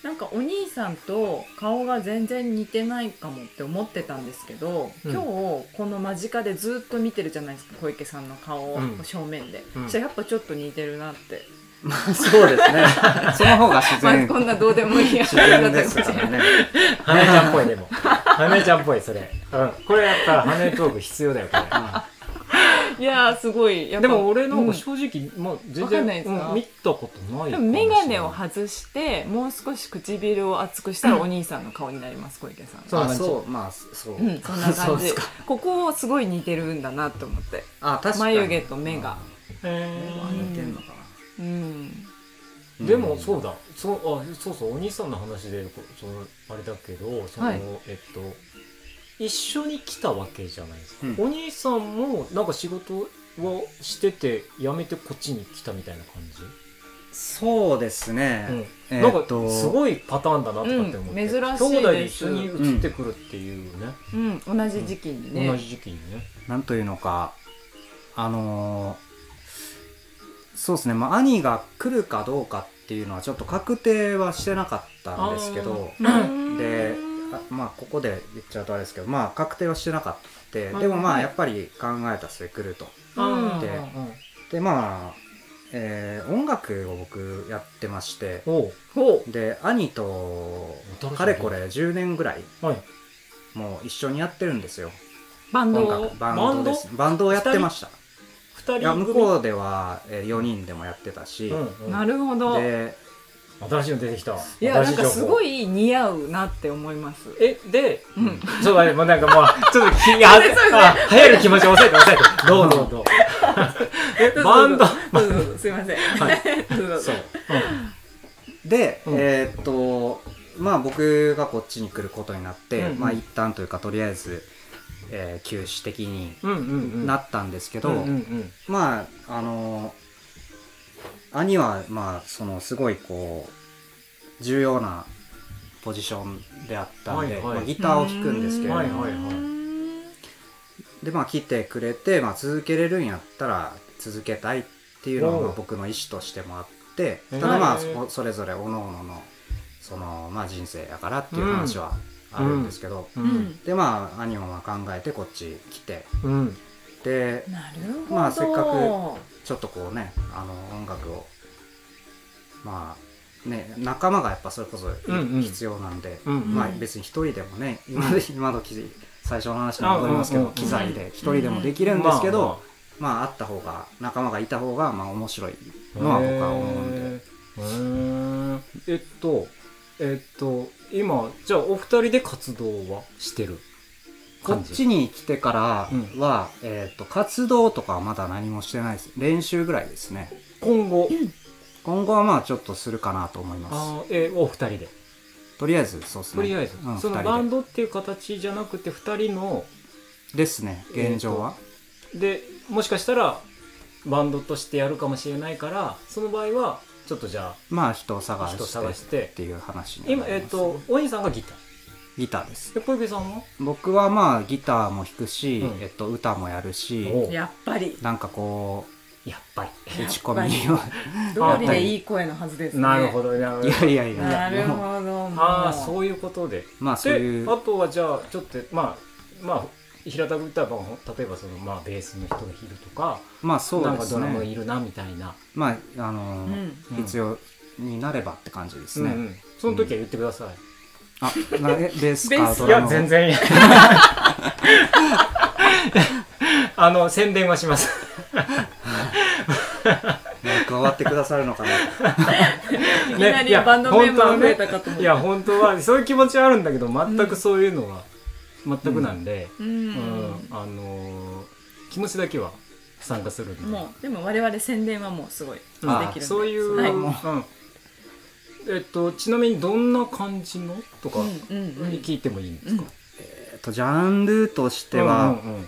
Speaker 2: なんかお兄さんと顔が全然似てないかもって思ってたんですけど、
Speaker 1: うん
Speaker 2: 今日この間近でずっと見てるじゃないですか小池さんの顔を
Speaker 1: うん
Speaker 2: 正面で、
Speaker 1: うん
Speaker 2: そしたらやっぱちょっと似てるなって、
Speaker 3: まあそうですねその方が自
Speaker 2: まあ
Speaker 3: 然
Speaker 2: こんなどうでもいい話
Speaker 3: 自
Speaker 2: だ
Speaker 3: 然
Speaker 2: った
Speaker 3: で
Speaker 2: かも
Speaker 3: す
Speaker 2: し
Speaker 3: か
Speaker 2: れない
Speaker 3: らね
Speaker 1: 花江ちゃんっぽい でも花江ちゃんっぽいそれ、うん、これやったら花江トーク必要だよこれ
Speaker 2: いやーすごいやっ
Speaker 1: で
Speaker 2: ぱ
Speaker 1: も俺なん
Speaker 2: う
Speaker 1: か正直、もう全
Speaker 2: わか
Speaker 1: 然
Speaker 2: んないですか
Speaker 1: うん見たことない
Speaker 2: で
Speaker 1: か
Speaker 2: も
Speaker 1: もしれ
Speaker 2: 眼
Speaker 1: ない
Speaker 2: 鏡を外してもう少し唇を厚くしたらお兄さんの顔になります小池さん
Speaker 1: そうなんで
Speaker 3: あ
Speaker 1: す
Speaker 3: そ
Speaker 1: よ
Speaker 3: うまあそう
Speaker 2: うん、そんな
Speaker 3: そう
Speaker 2: 感
Speaker 3: で
Speaker 2: じ
Speaker 3: すか
Speaker 2: ここすごい似てるんだなと思って
Speaker 3: あ確かに
Speaker 2: 眉毛と目が
Speaker 1: へ
Speaker 3: あ
Speaker 1: ー
Speaker 3: 似てんのか
Speaker 2: うん
Speaker 3: な
Speaker 1: でもそう
Speaker 3: だ
Speaker 1: だ、そうあそうそうお兄さんの話でこそのあれだけどその、
Speaker 2: はい
Speaker 1: えっと一緒に来たわけじゃないですか、
Speaker 3: うん
Speaker 1: お兄さんもなんか仕事はしてて辞めてこっちに来たみたいな感じ、
Speaker 3: そうですね
Speaker 1: うん
Speaker 3: え
Speaker 1: なん
Speaker 3: ーっと
Speaker 1: かすごいパターンだなとかって思って、
Speaker 2: うん珍しいです
Speaker 1: 兄弟で一緒に移ってくるっていうね、
Speaker 2: うん、同じ時期にね、
Speaker 1: 同じ時期にね
Speaker 3: なんというのかあのーそうですね、まあ、兄が来るかどうかっていうのはちょっと確定はしてなかったんですけどであまあここで言っちゃうとあれですけどまあ確定はしてなかったで
Speaker 1: うん
Speaker 3: でもま
Speaker 1: は
Speaker 3: あ
Speaker 1: い
Speaker 3: やっぱり考えた末来ると
Speaker 2: うん
Speaker 3: ででまあ、えー音楽を僕やってまして
Speaker 1: おう
Speaker 2: ほ
Speaker 3: で兄と
Speaker 1: 新しい
Speaker 3: かれこれ10年ぐらい
Speaker 1: はい
Speaker 3: もう一緒にやってるんですよ
Speaker 2: うバンド
Speaker 3: 音
Speaker 2: を
Speaker 3: 楽バンドです
Speaker 1: バン
Speaker 3: バンドをやってました
Speaker 1: 二
Speaker 3: いや
Speaker 1: 人
Speaker 3: 向こうでは、え4人でもやってたし、
Speaker 1: うんうん
Speaker 2: なるほど
Speaker 3: で
Speaker 1: 新しいの出てきた
Speaker 2: いや
Speaker 1: 新し
Speaker 2: なん
Speaker 1: 情
Speaker 2: か
Speaker 1: 報
Speaker 2: すごい似合うなって思います
Speaker 1: えで
Speaker 2: うん
Speaker 1: そうだね、もうなんかもう、ちょっと気、あ、
Speaker 2: そうですね
Speaker 1: あ流行る気持ちを抑えて抑えて。どうどうどう。え、バンド。
Speaker 2: どうぞどうぞすいません、 どうぞどうぞ
Speaker 3: そうで、
Speaker 1: うん
Speaker 3: えーっとまあ僕がこっちに来ることになって、
Speaker 1: うんうん
Speaker 3: まあ一旦というかとりあえず、えー休止的に
Speaker 1: うんうんうん。
Speaker 3: なったんですけど、
Speaker 1: うんうんうん。
Speaker 3: まああの兄はまあそのすごいこう重要なポジションであったんで、
Speaker 1: はいはい
Speaker 3: まあギターを弾くんですけれども、
Speaker 1: はいはいはい
Speaker 3: でまあ来てくれて、まあ、続けれるんやったら続けたいっていうのが
Speaker 1: おう
Speaker 3: まあ僕の意思としてもあって
Speaker 1: へー
Speaker 3: ただまあそこそれぞれおのおののその、まあ、人生やからっていう話はあるんですけど、
Speaker 1: う
Speaker 2: うんん
Speaker 3: でまあ兄もまあ考えてこっち来て
Speaker 1: うん。
Speaker 3: で
Speaker 2: なるほど、
Speaker 3: まあせっかくちょっとこうねあの音楽をまあね仲間がやっぱそれこそ
Speaker 1: うんうん
Speaker 3: 必要なんで、
Speaker 1: うんうん
Speaker 3: まあ別に一人でもね今で 今時最初の話に戻りますけ
Speaker 1: うん
Speaker 3: ど
Speaker 1: うんうん
Speaker 3: 機材で一人でもできるんですけど、
Speaker 1: まあま
Speaker 3: まあ、あった方が仲間がいた方がまあ面白いのは僕は思うんで、
Speaker 1: へー。へーえっと、えっと、今、じゃあお二人で活動はしてる
Speaker 3: こ
Speaker 1: 感
Speaker 3: っ
Speaker 1: じ
Speaker 3: ちに来てからは、えっと活動とかはまだ何もしてないです練習ぐらいですね
Speaker 1: 今後、
Speaker 3: 今後はまあちょっとするかなと思います
Speaker 1: あーえお二人で。
Speaker 3: とりあえずそうですね
Speaker 1: とりあえず
Speaker 3: うん、
Speaker 1: その
Speaker 3: 二人で
Speaker 1: バンドっていう形じゃなくて、二人の、
Speaker 3: ですね現状は、
Speaker 1: でもしかしたらバンドとしてやるかもしれないからその場合はちょっとじゃ
Speaker 3: まあ人を探
Speaker 1: あ人探
Speaker 3: し
Speaker 1: して
Speaker 3: ってていう話に
Speaker 1: 今
Speaker 3: なり
Speaker 1: え
Speaker 3: ます
Speaker 1: っ、とお兄さんがギター
Speaker 3: ギターです
Speaker 1: え小池さんは
Speaker 3: 僕はまあギターも弾くし、
Speaker 1: うん
Speaker 3: えっと、歌もやるし
Speaker 1: おう
Speaker 2: やっぱり
Speaker 3: なんかこ
Speaker 1: やっぱ
Speaker 3: う
Speaker 2: やっぱり
Speaker 3: 打ち込みを
Speaker 2: 通りでいい声のはずで
Speaker 1: り
Speaker 2: すね
Speaker 1: なるほどなるほど
Speaker 3: いやいやいや
Speaker 2: なる
Speaker 3: もう
Speaker 2: ほど
Speaker 1: ああそうういうことで
Speaker 3: まあそうい
Speaker 1: であ
Speaker 3: う
Speaker 1: とはじゃあちょっとまあまあ平たく言ったらまあ例えばそのまあベースの人がいるとか、
Speaker 3: まあそ
Speaker 1: な
Speaker 3: うんで
Speaker 1: か
Speaker 3: す
Speaker 1: ドラム
Speaker 3: ね
Speaker 1: いるなみたいな
Speaker 3: まああの
Speaker 2: う
Speaker 3: ー
Speaker 2: ん
Speaker 1: うん
Speaker 3: 必要になればって感じですね、
Speaker 1: うんうんその時は言ってください、
Speaker 3: あなえベース
Speaker 2: ベー
Speaker 3: か
Speaker 2: ス
Speaker 3: ド
Speaker 1: い
Speaker 3: ラ
Speaker 1: や
Speaker 3: ム
Speaker 1: 全然いや あの宣伝はします
Speaker 3: なんか加わってくださるのかな
Speaker 2: いきなりバンドメンバー増えたかと思った
Speaker 1: いや本当は,、ね、いや本当はそういう気持ちはあるんだけど全くそういうのは全くなんで、
Speaker 2: う
Speaker 1: うん
Speaker 2: ん
Speaker 1: あのー気持ちだけは参加するんで
Speaker 2: もうでも我々宣伝はもうすごいでき
Speaker 1: う
Speaker 2: る
Speaker 1: ん
Speaker 2: んで
Speaker 1: そういう、
Speaker 2: はいううん
Speaker 1: んえっと、ちなみにどんな感じのとか
Speaker 2: うんうん
Speaker 1: 聞いてもいいんですか、
Speaker 3: えっとジャンルとして
Speaker 1: う
Speaker 3: は、
Speaker 1: んうんうん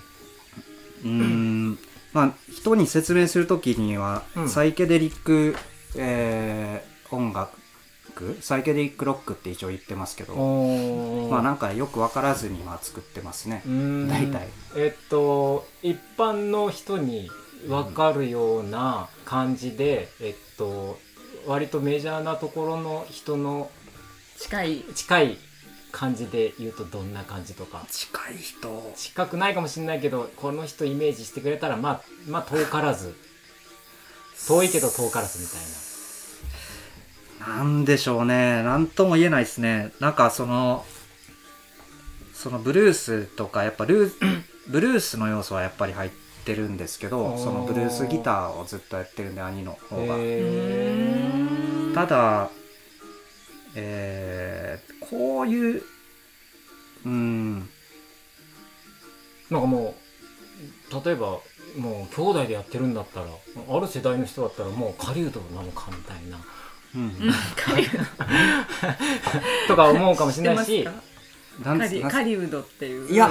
Speaker 3: うーんまあ、人に説明するときには、
Speaker 1: うん
Speaker 3: サイケデリック、えー音楽サイケデリックロックって一応言ってますけど、
Speaker 1: おー
Speaker 3: まあなんかよく分からずには作ってますね
Speaker 1: う、ーん
Speaker 3: 大体
Speaker 1: えっと一般の人に分かるような感じで、えっと割とメジャーなところの人の
Speaker 2: 近い
Speaker 1: 近い感じで言うとどんな感じとか
Speaker 3: 近い人
Speaker 1: 近くないかもしれないけどこの人イメージしてくれたらまあまあ遠からず遠いけど遠からずみたい
Speaker 3: なんでしょうねなんとも言えないですねなんかそのそのブルースとかやっぱル ーブルースの要素はやっぱり入ってるんですけど
Speaker 1: おー
Speaker 3: そのブルースギターをずっとやってるんで兄の方
Speaker 1: な
Speaker 3: が。
Speaker 1: へ
Speaker 3: ただ、えーこういう、うん、
Speaker 1: ーなんかもう例えばもう兄弟でやってるんだったらある世代の人だったらもう狩人なのかみたいな
Speaker 3: うん、
Speaker 2: 狩人
Speaker 1: とか思うかもしれない
Speaker 2: 知っ
Speaker 1: して
Speaker 2: ますか
Speaker 3: なん
Speaker 2: カリ
Speaker 3: なん
Speaker 2: カリウドっていう
Speaker 3: い
Speaker 2: い
Speaker 3: や、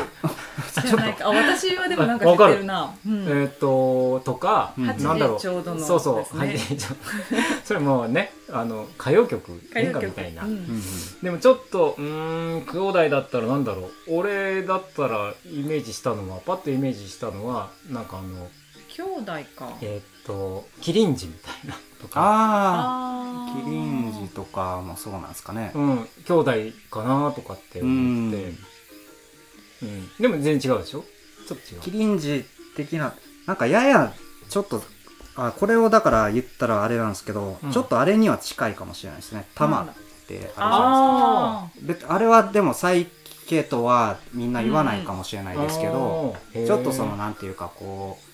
Speaker 2: じゃないかあ私はでもなんか知ってるなうん
Speaker 1: えっととか、
Speaker 3: うん
Speaker 1: なんだろう
Speaker 2: 八時ちょうどの
Speaker 1: そうそう
Speaker 2: ですね
Speaker 1: 八時ちょうど それもうねあの歌謡曲
Speaker 2: 歌
Speaker 1: 演
Speaker 2: 謡
Speaker 1: 歌
Speaker 2: 曲
Speaker 1: みたいな、
Speaker 2: うん
Speaker 3: うんうん
Speaker 1: でもちょっとうーん兄弟だったらなんだろう俺だったらイメージしたのはパッとイメージしたのはなんかあの
Speaker 2: 兄弟か
Speaker 1: えーっとキリンジみたいなとか、
Speaker 3: あ
Speaker 2: あ
Speaker 3: あ、
Speaker 2: ー
Speaker 3: キリンジとかもそうなんですかね
Speaker 1: う。ん、兄弟かなとかって思って、うん、でも全然違うでしょちょっと違う
Speaker 3: キリンジ的な、なんかややちょっと、あこれをだから言ったらあれなんですけど、
Speaker 1: うん
Speaker 3: ちょっとあれには近いかもしれないですね。タマってあれじゃ
Speaker 1: あ
Speaker 2: あ
Speaker 3: ないですか。別あれはでも再系とはみんな言わないかもしれないですけど、
Speaker 1: あー
Speaker 3: ちょっとそのなんていうかこう、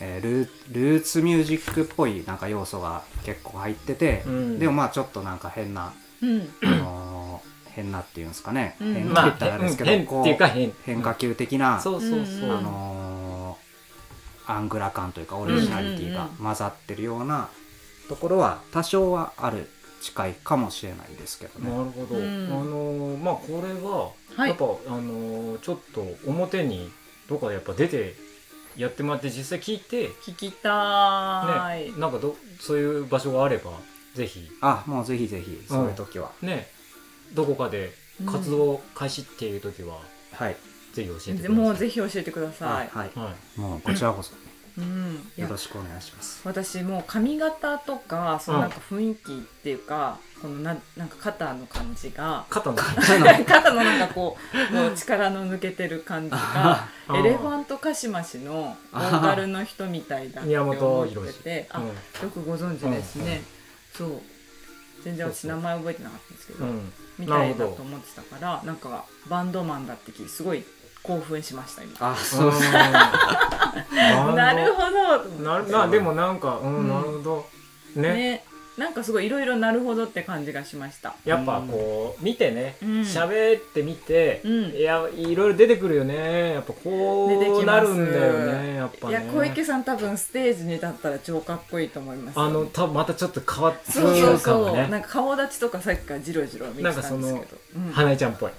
Speaker 3: えールールーツミュージックっぽいなんか要素が結構入ってて、
Speaker 1: うん
Speaker 3: でもまあちょっとなんか変な、
Speaker 2: ーうん
Speaker 3: あのー変なっていうんですかね、
Speaker 2: うん
Speaker 3: 変なっ
Speaker 1: ま
Speaker 3: て言った
Speaker 1: あ
Speaker 3: らあれですけど、
Speaker 1: 変
Speaker 3: こ
Speaker 1: っていうか変
Speaker 3: 変化球的な、
Speaker 1: そうそうそう、
Speaker 2: うん
Speaker 3: あのーアングラ感というかオリジナリティが混ざってるようなところは多少はある近いかもしれないですけど
Speaker 1: な
Speaker 3: ね。
Speaker 1: るほど、
Speaker 2: うん
Speaker 1: あのーまあこれは
Speaker 2: はい
Speaker 1: やっぱ、あのーちょっと表にどっかでやっぱ出てやってもらって実際聞いて、ね、
Speaker 2: 聞きたーい
Speaker 1: なんかどそういう場所があればぜひ
Speaker 3: あもうぜひぜひそういう時は、
Speaker 1: ねどこかで活動開始っていう時は、
Speaker 3: はい、
Speaker 1: ぜひ教えてください
Speaker 2: もうぜひ教えてください
Speaker 3: はい、
Speaker 1: はい
Speaker 3: もうこちらこそ
Speaker 2: うんい
Speaker 3: よ
Speaker 2: や
Speaker 3: ろしくお願いします。
Speaker 2: 私もう髪型とかそのなんか雰囲気っていうか、このななんか肩の感じが
Speaker 1: 肩の
Speaker 2: 肩のなんかこうもう力の抜けてる感じが
Speaker 1: あー
Speaker 2: エレファントカシマシのボーカルの人みたいだって
Speaker 1: 宮
Speaker 2: 思
Speaker 1: 本
Speaker 2: っ
Speaker 1: 浩
Speaker 2: てて
Speaker 1: 次、
Speaker 2: あ、よくご存知ですね、そう全然
Speaker 1: そ
Speaker 2: 私
Speaker 1: うそ
Speaker 2: 名
Speaker 1: う
Speaker 2: 前覚えてなかったんですけ
Speaker 1: う
Speaker 2: ど、
Speaker 1: んうん、
Speaker 2: みたい
Speaker 1: な
Speaker 2: だ
Speaker 1: る
Speaker 2: と
Speaker 1: ほど
Speaker 2: 思ってたからなんかバンドマンだってきすごい興奮しました今
Speaker 3: あ、そう
Speaker 1: う
Speaker 3: そ
Speaker 1: ん
Speaker 3: う。
Speaker 2: なるほどと思って
Speaker 1: なるなでもなんかうん、
Speaker 2: うん
Speaker 1: なるほど
Speaker 2: ね
Speaker 1: ね
Speaker 2: なんかすごいいろいろなるほどって感じがしました
Speaker 1: やっぱこう見てね
Speaker 2: うん
Speaker 1: 喋、ってみて、
Speaker 2: うん
Speaker 1: いやいろいろ出てくるよねやっぱ
Speaker 2: 出て
Speaker 1: こ
Speaker 2: きま
Speaker 1: うなる
Speaker 2: す
Speaker 1: んだよねやっぱ
Speaker 2: い
Speaker 1: ね
Speaker 2: や小池さん多分ステージに立ったら超かっこいいと思いますよ
Speaker 1: あの多分またちょっと変わって
Speaker 2: そうそう
Speaker 1: か
Speaker 2: そ
Speaker 1: も
Speaker 2: う、
Speaker 1: ね
Speaker 2: なんか顔立ちとかさっきからジロジロ見てたんですけど
Speaker 1: なんか
Speaker 2: うん
Speaker 1: 花江ちゃん っぽい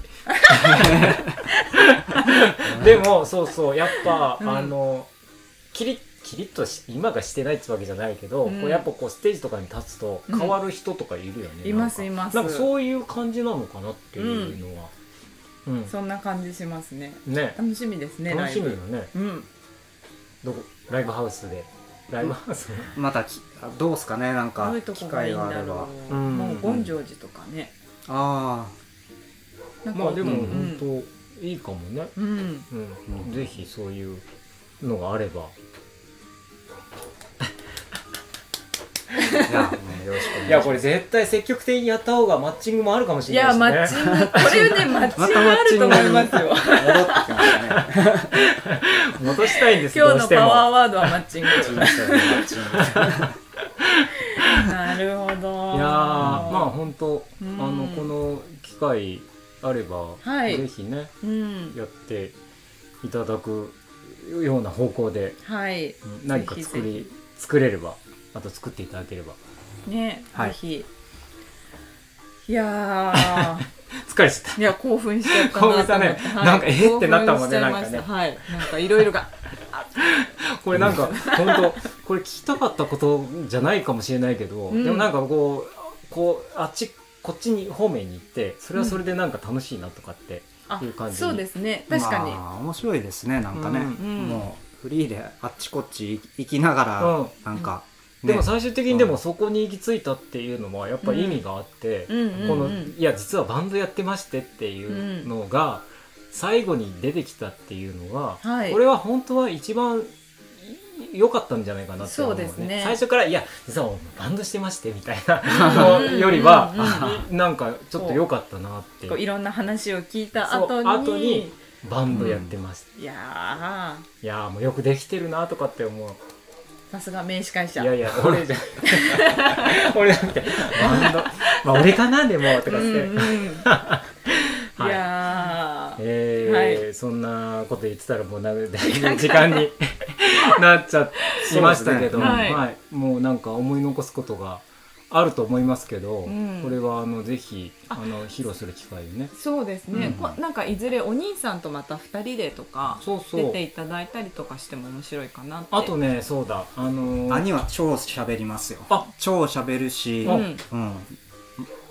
Speaker 1: でもそうそうやっぱ、
Speaker 2: うん
Speaker 1: あのキリッキリッとし今がしてないってわけじゃないけど、
Speaker 2: うん
Speaker 1: こうやっぱこうステージとかに立つと変わる人とかいるよね、
Speaker 2: いますい
Speaker 1: なんか
Speaker 2: ます
Speaker 1: なんかそういう感じなのかなっていうのは、うん
Speaker 2: そんな感じしますね
Speaker 1: ね
Speaker 2: 楽しみですね
Speaker 1: 楽しみ
Speaker 2: ラ
Speaker 1: だ
Speaker 2: イ
Speaker 1: よね
Speaker 2: ブうん
Speaker 1: どこライブハウスでライブハウス、
Speaker 3: またきどうすかねなん
Speaker 2: ど
Speaker 3: か
Speaker 2: ういうと
Speaker 3: 機
Speaker 2: こがいいん
Speaker 3: 会があれ
Speaker 2: だ
Speaker 3: ば
Speaker 2: ろう、
Speaker 1: うん
Speaker 2: もう権城寺とかね
Speaker 3: あ
Speaker 2: なんか
Speaker 1: まあでも
Speaker 2: うん
Speaker 1: 本当いいかもね、
Speaker 2: うん
Speaker 1: うん
Speaker 3: うん
Speaker 1: ぜひそういうのがあれば
Speaker 3: あいやもうよろしくお願いします
Speaker 1: いやこれ絶対積極的にやった方がマッチングもあるかもし
Speaker 2: い
Speaker 1: れな
Speaker 2: やマ
Speaker 1: い
Speaker 2: ッ
Speaker 1: し
Speaker 2: チ
Speaker 1: ね
Speaker 2: ングこ れねマッチングあると思いますよ
Speaker 3: 戻ってきましたね
Speaker 1: 戻したいんです
Speaker 2: 今
Speaker 1: ど
Speaker 2: 日
Speaker 1: う
Speaker 2: の
Speaker 1: して
Speaker 2: パ
Speaker 1: も
Speaker 2: ワーワードはマッチング
Speaker 3: マッチングしたよねマッチング
Speaker 2: なるほど
Speaker 1: いやーまあ本当、
Speaker 2: うん
Speaker 1: あのこの機会あれば、
Speaker 2: はい
Speaker 1: ぜひね
Speaker 2: うん
Speaker 1: やっていただくような方向で
Speaker 2: はい
Speaker 1: うん何か作り
Speaker 2: ぜひぜ
Speaker 1: 作れればあと作っていただければ
Speaker 2: ね、
Speaker 3: はい
Speaker 2: ぜひいやー
Speaker 1: 疲れち ゃっ
Speaker 2: いや興奮しちゃった
Speaker 1: 興奮
Speaker 2: な
Speaker 1: し
Speaker 2: と
Speaker 1: た
Speaker 2: 思
Speaker 1: ね
Speaker 2: って、はい
Speaker 1: なんかえってなったもんね
Speaker 2: 興奮しちゃいました
Speaker 1: なんか
Speaker 2: はいなんかいろいろが
Speaker 1: たこれなんか本当これ聞きたかったことじゃないかもしれないけど、
Speaker 2: ん
Speaker 1: でもなんかこうこうあっちこっちに方面に行ってそれはそれでなんか楽しいなとかって
Speaker 2: あ
Speaker 1: いう感じに
Speaker 2: そうですね確かに、
Speaker 3: まあ、面白いですねなんかね、
Speaker 1: うん
Speaker 2: うん
Speaker 3: もうフリーであっちこっち行きながら、
Speaker 1: うん
Speaker 3: なんか、
Speaker 1: でも
Speaker 3: ね
Speaker 1: 最終的にでもそこに行き着いたっていうのはやっぱ意味があって、
Speaker 2: うんうんうん
Speaker 1: このいや実はバンドやってましてっていうのが最後に出てきたっていうのが、
Speaker 2: はい
Speaker 1: これは本当は一番い良かったんじゃないかなって思う,、
Speaker 2: そうですね
Speaker 1: 最初からいや実はバンドしてましてみたいなのよりは
Speaker 2: うんうん
Speaker 1: いなんかちょっと良かったなって
Speaker 2: こういろんな話を聞いた
Speaker 1: そ
Speaker 2: 後
Speaker 1: う
Speaker 2: に
Speaker 1: 後にバンドやってます、
Speaker 2: いやー
Speaker 1: いやーもうよくできてるなとかって思う
Speaker 2: さすが名司会者
Speaker 1: いやいや、俺 じゃ、俺じゃなくて、バンド、まあ、俺かな、でも、とか
Speaker 2: う
Speaker 1: っ
Speaker 2: ん
Speaker 1: て。
Speaker 2: うん、
Speaker 1: は
Speaker 2: い
Speaker 1: い。
Speaker 2: やー
Speaker 1: えーそんなこと言ってたらもうなだいぶ時間 になっちゃいましたけど、
Speaker 3: そうです
Speaker 2: ねはい
Speaker 1: はいもうなんか思い残すことがあると思いますけど、
Speaker 2: ん
Speaker 1: これはあのぜひあの披露する機会をね
Speaker 2: そうですね、
Speaker 1: うん
Speaker 2: こなんかいずれお兄さんとまた2人でとか
Speaker 1: そうそ
Speaker 2: 出
Speaker 1: う
Speaker 2: ていただいたりとかしても面白いかなって
Speaker 1: あとねそうだあのー
Speaker 3: 兄は超喋りますよ
Speaker 1: あ
Speaker 3: 超喋るし
Speaker 1: あ
Speaker 3: うん、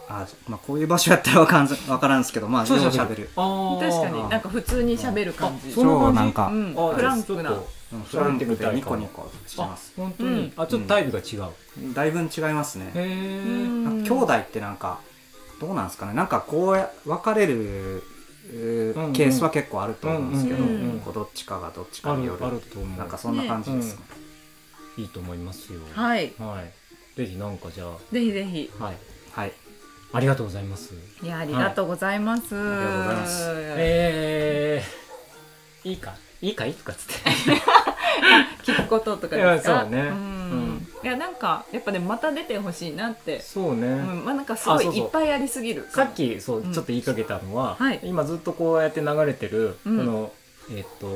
Speaker 3: あまあ、こういう場所やったらわかんわからんですけどまあ超喋る
Speaker 1: あー
Speaker 2: 確かになんか普通に喋る感じ
Speaker 1: あそんな感じ
Speaker 3: なんか、
Speaker 2: うん
Speaker 1: あ
Speaker 2: フランクな
Speaker 1: ちょっと
Speaker 3: うんフランクでニコニコして
Speaker 1: あ
Speaker 3: ます
Speaker 1: 本当に、
Speaker 2: うん
Speaker 1: あちょっとタイプが違う、
Speaker 3: だいぶん違いますね
Speaker 1: へえ、
Speaker 2: うん
Speaker 3: なんか兄弟ってなんかどうなんですかねなんかこうや別れるう
Speaker 1: うんうん
Speaker 3: ーケースは結構あると思うんですけど、
Speaker 2: うんうんうん
Speaker 3: こうどっちかがどっち
Speaker 1: あ
Speaker 3: か
Speaker 1: る
Speaker 3: によ
Speaker 1: よ
Speaker 3: る
Speaker 1: あると思う
Speaker 3: なんかそんな感じですね
Speaker 1: いいと思いますよ
Speaker 2: はい
Speaker 1: はいぜひなんかじゃ
Speaker 2: ぜひぜひ
Speaker 1: あはい
Speaker 3: はい
Speaker 1: ありがとうございます
Speaker 2: いやありがとうございます、
Speaker 3: いありがとうございます
Speaker 1: えー、いいかいいかいいかっつって
Speaker 2: 聞くこととか
Speaker 1: い
Speaker 2: で
Speaker 1: や
Speaker 2: すか
Speaker 1: そうね
Speaker 2: ん
Speaker 1: うん
Speaker 2: いやなんかやっぱねまた出てほしいなっ て、
Speaker 1: そうね、
Speaker 2: うんまあなんかすご
Speaker 1: あそうそう
Speaker 2: いいっぱいありすぎる
Speaker 1: さっきそう、
Speaker 2: うん
Speaker 1: ちょっと言いかけたのは、
Speaker 2: はい
Speaker 1: 今ずっとこうやって流れてる、
Speaker 2: うん
Speaker 1: このえっと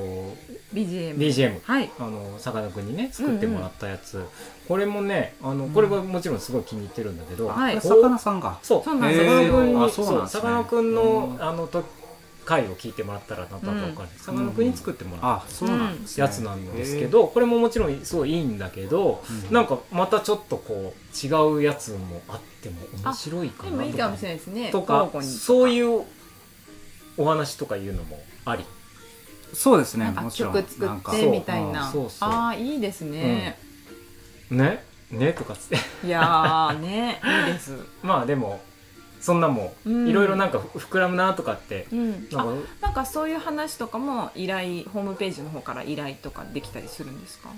Speaker 2: BGM
Speaker 1: BGM
Speaker 2: はい
Speaker 1: あのさかなクンにね作ってもらったやつ、これもねあのこれはもちろんすごい気に入ってるんだけど、
Speaker 2: は
Speaker 1: こ
Speaker 2: い
Speaker 1: う
Speaker 3: 魚さんが
Speaker 1: そう、
Speaker 2: そ
Speaker 1: さか
Speaker 2: うな
Speaker 1: なん
Speaker 2: ですよ
Speaker 1: クン
Speaker 3: あ
Speaker 1: に、
Speaker 3: そう
Speaker 1: そ
Speaker 3: なん
Speaker 1: う、
Speaker 3: です
Speaker 1: さ
Speaker 3: ね
Speaker 1: かなクンの
Speaker 3: う、ん
Speaker 1: あの、と、回を聞いてもらったら、なんとなくわかる。さかなクンに作ってもらっ
Speaker 3: あそうなんです、
Speaker 1: たやつなんですけ、ど、これももちろん、すごいいいんだけど。
Speaker 3: うん
Speaker 1: なんか、またちょっと、こう、違うやつもあっても、面白いか
Speaker 2: で
Speaker 1: な
Speaker 2: もいいかもし
Speaker 1: とか。
Speaker 2: れないですね
Speaker 1: と
Speaker 2: 交
Speaker 1: か
Speaker 2: 互に
Speaker 1: そういう。お話とかいうのもあり。
Speaker 3: そうですね
Speaker 2: なんか
Speaker 3: もちろん
Speaker 2: 曲作
Speaker 3: な
Speaker 2: っ
Speaker 3: んか
Speaker 2: てみたいな
Speaker 1: そうそうそう
Speaker 2: ああいいですね、
Speaker 1: ね、ねとかつって。
Speaker 2: いやーねいいです、
Speaker 1: まあ、でも。そんなも
Speaker 2: うん
Speaker 1: ん、いろいろなんか、ふ膨らむなとかって。
Speaker 2: うん、
Speaker 1: なんか
Speaker 2: あなんかそういう話とかも依頼ホームページの方から依頼とかできたりするんですか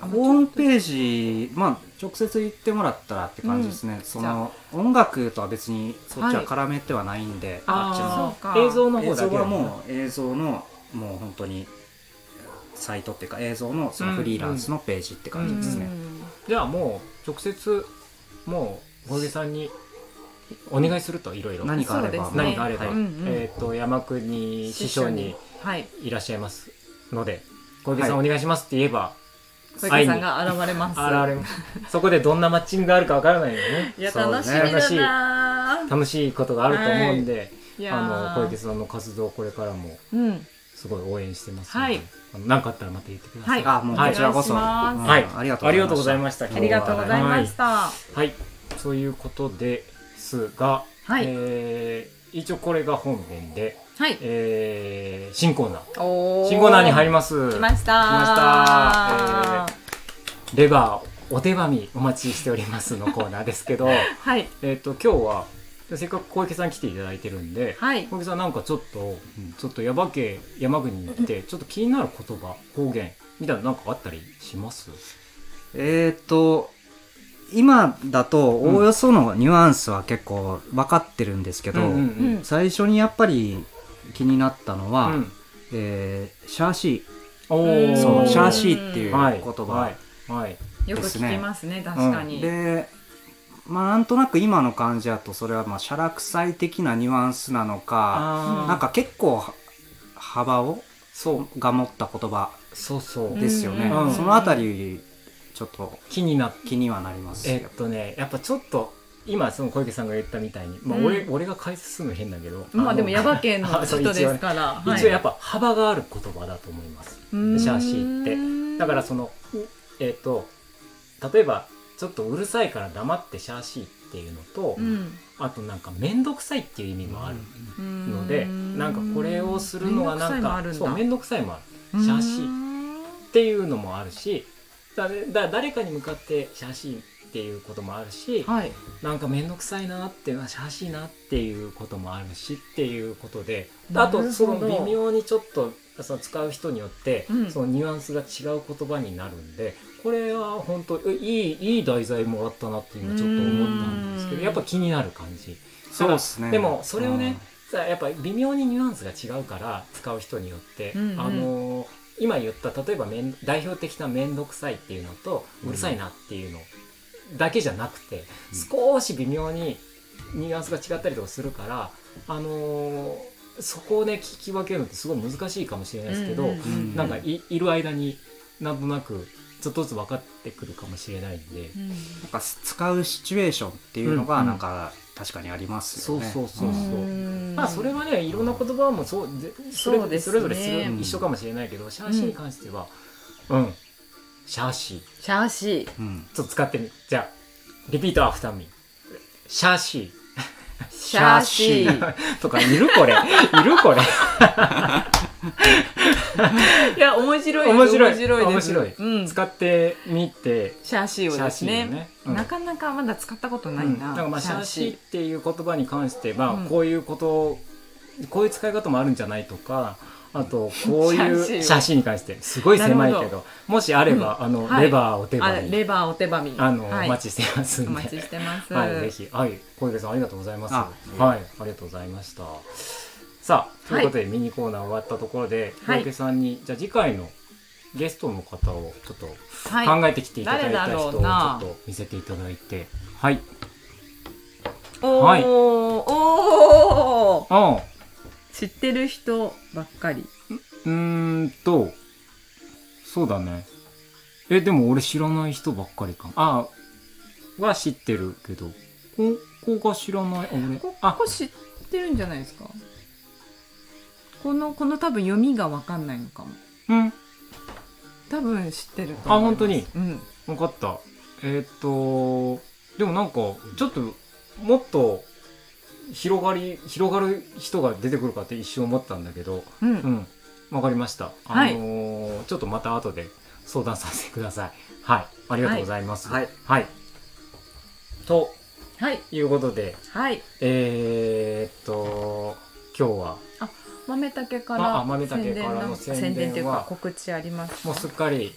Speaker 3: ホームページまあ直接行ってもらったらって感じですね、そ
Speaker 2: じゃ
Speaker 3: の音楽とは別にそっちは絡めてはないんで、
Speaker 2: あ
Speaker 3: あ
Speaker 2: そうか
Speaker 1: 映像の
Speaker 3: っち
Speaker 1: 方
Speaker 3: の映
Speaker 1: だ
Speaker 3: 像
Speaker 1: け
Speaker 3: は
Speaker 1: だね
Speaker 3: もう映像のもう本当にサイトっていうか映像のそのフリーランスのページって感じですね、
Speaker 1: じゃあもう直接もう小出さんにお願いするといろいろ
Speaker 3: 何かあれば
Speaker 2: そうですね
Speaker 1: 何かあれば、
Speaker 2: はいうんうん
Speaker 1: えっ、と山国師匠に
Speaker 2: はい
Speaker 1: いらっしゃいますので小出さんお願いしますって言えば、
Speaker 2: 小池さんが現れます
Speaker 1: 現れます そこでどんなマッチングがあるかわからないのでね
Speaker 2: いや
Speaker 3: そうね
Speaker 2: 楽しみだなー
Speaker 1: 楽しいことがあると思うんで、
Speaker 2: いや
Speaker 1: あの
Speaker 2: ー
Speaker 1: 小池さんの活動これからも
Speaker 2: うん
Speaker 1: すすごい応援してます
Speaker 2: はい
Speaker 1: 何かあったらまた言ってください
Speaker 2: はい
Speaker 3: あもうこちらこそ、
Speaker 2: お願いします
Speaker 3: うん
Speaker 1: はい、
Speaker 3: ありがとう
Speaker 1: ありがとうございま
Speaker 3: し
Speaker 1: した。あ
Speaker 2: ありがとうございました。
Speaker 1: はい、そういうことですが、
Speaker 2: はい
Speaker 1: えー一応これが本編で、
Speaker 2: はい。
Speaker 1: えー新コーナー、
Speaker 2: お
Speaker 1: 新コーナーに入
Speaker 2: り
Speaker 1: ります。
Speaker 2: まし
Speaker 1: 来ま
Speaker 2: た。
Speaker 1: したえーレバーお手紙お待ちしておりますのコーナーですけ ど、
Speaker 2: はい。
Speaker 1: えっと今日はせっかく小池さん来ていただいてるんで、
Speaker 2: はい。
Speaker 1: 小池さんなんかちょっと、ちょっとヤバ系山国に行ってちょっと気になる言葉方言みたいなのなんかあったりします？
Speaker 3: たえーっと今だとおおよそのニュアンスは結構分かってるんですけど、
Speaker 1: うんうんうん
Speaker 3: 最初にやっぱり気になったのは、
Speaker 1: うん
Speaker 3: えーシャーシ
Speaker 1: お
Speaker 3: ー
Speaker 1: ー
Speaker 3: そのシャー
Speaker 2: シ
Speaker 3: シーっていう言
Speaker 1: はい
Speaker 3: 葉、
Speaker 1: はいはい
Speaker 4: よく聞きますね確かに、
Speaker 3: でまあなんとなく今の感じだとそれはまあシャラクサイ的なニュアンスなのか
Speaker 1: あー
Speaker 3: なんか結構は幅を
Speaker 1: そう
Speaker 3: が持った言葉
Speaker 1: そうそう
Speaker 3: ですよね、
Speaker 1: うん
Speaker 3: そのあたりちょっと
Speaker 1: 気になっ
Speaker 3: 気にはなります
Speaker 1: え
Speaker 3: よ
Speaker 1: っとねやっぱちょっと今その小池さんが言ったみたいに、まあ
Speaker 4: うん
Speaker 1: 俺俺が解説するの変だけど
Speaker 4: まあでも
Speaker 1: や
Speaker 4: ヤ
Speaker 1: ば
Speaker 4: バ系の 人ですから
Speaker 1: 一応,、
Speaker 4: はい
Speaker 1: やっぱ幅がある言葉だと思います
Speaker 4: うーん
Speaker 1: シャーシーってだからそのえっと例えばちょっとうるさいから黙ってシャーシーっていうのと、
Speaker 4: うん
Speaker 1: あとなんか面倒くさいっていう意味もある
Speaker 4: うん
Speaker 1: ので、なんかこれをするのはなんかそう面倒くさいもある
Speaker 4: うーん
Speaker 1: シャーシーっていうのもあるしだだ誰かに向かって「シャーシー」っていうこともあるし
Speaker 4: はい
Speaker 1: なんか面倒くさいなっていうのは「シャーシーな」っていうこともあるしっていうことで
Speaker 4: な
Speaker 1: あ
Speaker 4: るほど
Speaker 1: とその微妙にちょっとその使う人によって、
Speaker 4: うん
Speaker 1: そのニュアンスが違う言葉になるんでこれは本当えいいいい題材もらったなっていうのはちょっと思ったんですけ
Speaker 4: う
Speaker 1: ど
Speaker 4: ん
Speaker 1: やっぱ気になる感じ。
Speaker 3: そうですね
Speaker 1: でもそれをね、さやっぱり微妙にニュアンスが違うから使う人によって、
Speaker 4: うんうん
Speaker 1: あのー今言った例えばめん代表的な「面倒くさい」っていうのと「
Speaker 3: うん
Speaker 1: うるさいな」っていうのだけじゃなくて、少し微妙にニュアンスが違ったりとかするから、あのーそこをね聞き分けるのってすごい難しいかもしれないですけど、
Speaker 4: うんうんうん
Speaker 1: なんかいいる間になんとなくちょっとずつ分かってくるかもしれないんで。
Speaker 3: なんか使うシチュエーションっていうの
Speaker 1: うん
Speaker 3: が
Speaker 1: うん
Speaker 3: なんか確かにありますよね、
Speaker 1: そうそうそう
Speaker 3: うん
Speaker 1: そう
Speaker 4: うん
Speaker 1: まあそれはねいろんな言葉もそうでそれ
Speaker 4: そうですね
Speaker 1: それぞれする
Speaker 3: うん
Speaker 1: 一緒かもしれないけどシャーシーに関してはうん、シャーシー
Speaker 4: シャーシー
Speaker 3: うん
Speaker 1: ちょっと使ってみじゃあリピートアフターミーシャーシ
Speaker 4: シャーシ
Speaker 3: シャー
Speaker 4: ー
Speaker 1: ーとかいる これいるこれ
Speaker 4: いや面白い
Speaker 1: 面白い
Speaker 4: 面白いです
Speaker 1: 面白
Speaker 4: うん、シ
Speaker 1: 使ってみて
Speaker 4: ャーシーをですね
Speaker 1: シャーシーをねうん
Speaker 4: なかなかまだ使ったことない
Speaker 1: うん
Speaker 4: な、
Speaker 1: だからまあシャーシーっていう言葉に関してまあ
Speaker 4: うん
Speaker 1: こういうことをこういう使い方もあるんじゃないとか あとこういう
Speaker 4: シャーシーを
Speaker 1: シャーシーに関してすごい狭い
Speaker 4: な
Speaker 1: け
Speaker 4: るほ
Speaker 1: どもしあればあの
Speaker 4: はい
Speaker 1: レバーお手
Speaker 4: あ
Speaker 1: 紙
Speaker 4: レバーお手紙
Speaker 1: あの、
Speaker 4: はい
Speaker 1: お待ちしてます
Speaker 4: お
Speaker 1: んで。
Speaker 4: 待ちしてます、
Speaker 1: はい、ぜひ、はい、小池さん、ありがとうございます。
Speaker 3: あ
Speaker 1: はい、ありがとうございました。さあ、ということで、ミニコーナー終わったところで、
Speaker 4: はい
Speaker 1: 小池さんに、じゃあ、次回の。ゲストの方を、ちょっと
Speaker 2: はい。
Speaker 1: 考えてきていただいた
Speaker 2: 誰
Speaker 1: 人
Speaker 2: だろ
Speaker 1: を、
Speaker 2: う
Speaker 1: ちょっ
Speaker 2: な
Speaker 1: と見せていただいて。はい、
Speaker 4: おー、
Speaker 1: はい
Speaker 4: おー
Speaker 1: あ、
Speaker 4: 知ってる人ばっかり
Speaker 1: うーんと。そうだね。え、でも、俺知らない人ばっかりかも。あ、は知ってるけど。ここが知らない。あ、俺。
Speaker 4: こ
Speaker 1: あ
Speaker 4: こ知ってるんじゃないですかこのこの多分読みがわかんないのかも
Speaker 1: うん。
Speaker 4: 多分知ってると
Speaker 1: あ
Speaker 4: 思います
Speaker 1: 本当に
Speaker 4: うん
Speaker 1: 分かったえーっとでもなんかちょっともっと広がり広がる人が出てくるかって一瞬思ったんだけど
Speaker 4: うん、
Speaker 1: うん分かりました、
Speaker 4: はい
Speaker 1: あのーちょっとまた後で相談させてくださいはいありがとうございます
Speaker 3: はい、
Speaker 1: はいと
Speaker 4: はい
Speaker 1: いうことで
Speaker 4: はい
Speaker 1: えーっと今日は
Speaker 4: 豆竹か
Speaker 1: ああ
Speaker 4: ら
Speaker 1: 豆竹からの
Speaker 4: 宣伝宣
Speaker 1: 宣伝は
Speaker 4: 伝というか告知あります
Speaker 1: もうすっかり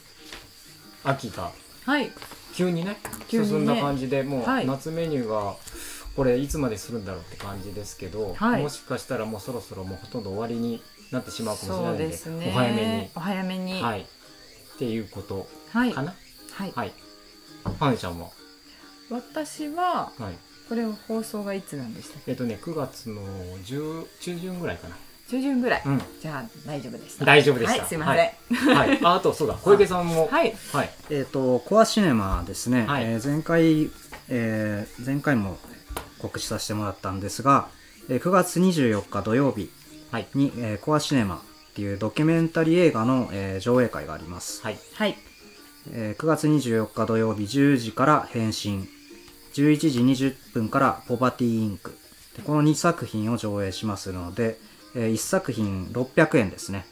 Speaker 1: 秋が
Speaker 4: はい
Speaker 1: 急にね
Speaker 4: 急にね
Speaker 1: 進んだ感じでもう
Speaker 4: はい
Speaker 1: 夏メニューがこれいつまでするんだろうって感じですけど、
Speaker 4: はい
Speaker 1: もしかしたらもうそろそろもうほとんど終わりになってしまうかもし
Speaker 4: そ
Speaker 1: れない
Speaker 4: うん
Speaker 1: で
Speaker 4: ですね
Speaker 1: お早め
Speaker 4: お早め
Speaker 1: に、
Speaker 4: に
Speaker 1: はい、っていうこと
Speaker 4: はい
Speaker 1: かな
Speaker 4: はい
Speaker 1: はいはねちゃんも、
Speaker 4: 私は
Speaker 1: はい、
Speaker 4: これ放送がいつなんでしたっ
Speaker 1: えっとね9月の10中旬ぐらいかな
Speaker 4: け中旬ぐらい、
Speaker 1: うん
Speaker 4: じゃあ大丈夫でした
Speaker 1: 大丈夫でした
Speaker 4: はいすいません、
Speaker 1: はいはいああとそうだ小池さんも
Speaker 4: はい
Speaker 1: はい
Speaker 3: えっ、とコアシネマですね、
Speaker 1: はい
Speaker 3: えー前回、えー前回も告知させてもらったんですが、えー9月24日土曜日
Speaker 1: はい
Speaker 3: に、えーコアシネマっていうドキュメンタリー映画の、えー上映会があります、
Speaker 1: はい
Speaker 4: はい。
Speaker 3: えー9月24日土曜日10時から変身11時20分からポバティインクでこの2作品を上映しますので、え1作品600円ですね、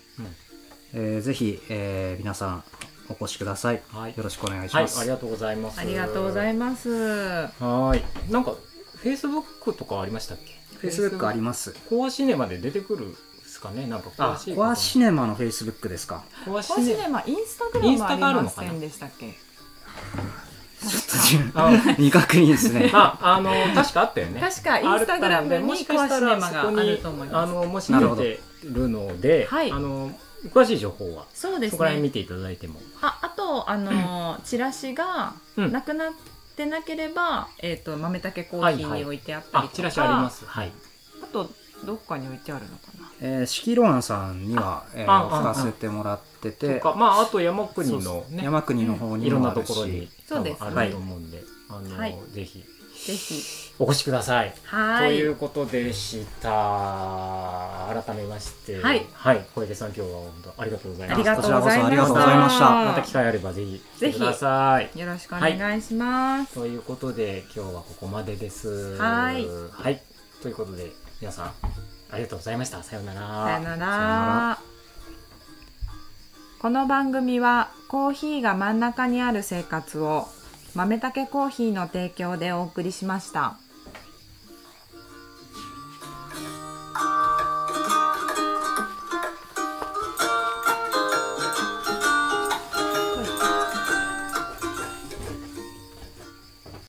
Speaker 3: えーぜひ、えー皆さんお越しください、
Speaker 1: はい
Speaker 3: よろしくお願いし
Speaker 1: はい
Speaker 3: ま、す、
Speaker 1: ありがとうございます。
Speaker 2: ありがとうございます。
Speaker 1: す。はーい。なんか、フェイスブックとかありましたっけ
Speaker 3: フェイスブックあります
Speaker 1: コアシネマで出てくるんですかねなんか詳
Speaker 3: あ
Speaker 1: しいこと
Speaker 3: コアシネマのフェイスブックですか
Speaker 1: コア
Speaker 2: コアシネマインスタグラムはありませんでしたっけ？
Speaker 3: ちょっと自分
Speaker 1: あ
Speaker 3: 未確認ですね
Speaker 1: あ、あの、確かあったよね。
Speaker 2: 確かインスタグラムにコアシネマがあると思い
Speaker 1: あ
Speaker 2: ます。
Speaker 1: の、もし見てるので、
Speaker 4: はい
Speaker 1: あの、詳しい情報は、
Speaker 4: そうです
Speaker 1: そこら辺
Speaker 4: ね。
Speaker 1: 見ていただいても。
Speaker 4: あ、あと、あのー、チラシが
Speaker 1: うん
Speaker 4: なくなってなければ、えっと、豆竹コーヒーに置いてあったり
Speaker 1: あ
Speaker 4: と、か。
Speaker 1: チラシあります。はい。
Speaker 2: あとどっかに置いてあるのかな。
Speaker 3: えー、シキロアンさんには、え
Speaker 1: あ
Speaker 3: ー、
Speaker 1: あ
Speaker 3: 置かせてもらって
Speaker 1: と
Speaker 3: て
Speaker 1: か、まあ、あと山
Speaker 3: そう
Speaker 1: 国
Speaker 3: そ
Speaker 1: の
Speaker 3: う
Speaker 1: ね、
Speaker 3: 山国の方に
Speaker 1: いろん
Speaker 3: も
Speaker 1: な
Speaker 3: あ
Speaker 1: と
Speaker 3: るし
Speaker 1: ころに
Speaker 4: そうです
Speaker 1: 多分あると思うんで、あの、
Speaker 4: はい
Speaker 1: ぜひ、
Speaker 4: ぜひ。
Speaker 1: お越しください。
Speaker 4: は
Speaker 1: とい
Speaker 4: い。
Speaker 1: うことでした。改めまして、
Speaker 4: はい
Speaker 1: 小出さん今日は本当ありがとうござい
Speaker 4: あ
Speaker 1: ま
Speaker 4: り
Speaker 1: し
Speaker 4: が
Speaker 1: た。
Speaker 4: と
Speaker 3: こ
Speaker 4: う
Speaker 3: ちらこそありがとう
Speaker 4: ご
Speaker 3: ご
Speaker 4: ざ
Speaker 3: ざ
Speaker 4: い
Speaker 3: い
Speaker 4: ま
Speaker 3: ま
Speaker 4: し
Speaker 3: したた
Speaker 1: また機会あればぜひ来てください。
Speaker 2: よろしくお願いします。
Speaker 1: ということで今日はここまでです。
Speaker 4: はい
Speaker 1: はいということで皆さんありがとうございました。さようなら。
Speaker 2: さよな
Speaker 3: さよな
Speaker 2: ら。この番組はコーヒーが真ん中にある生活を豆たけコーヒーの提供でお送りしました。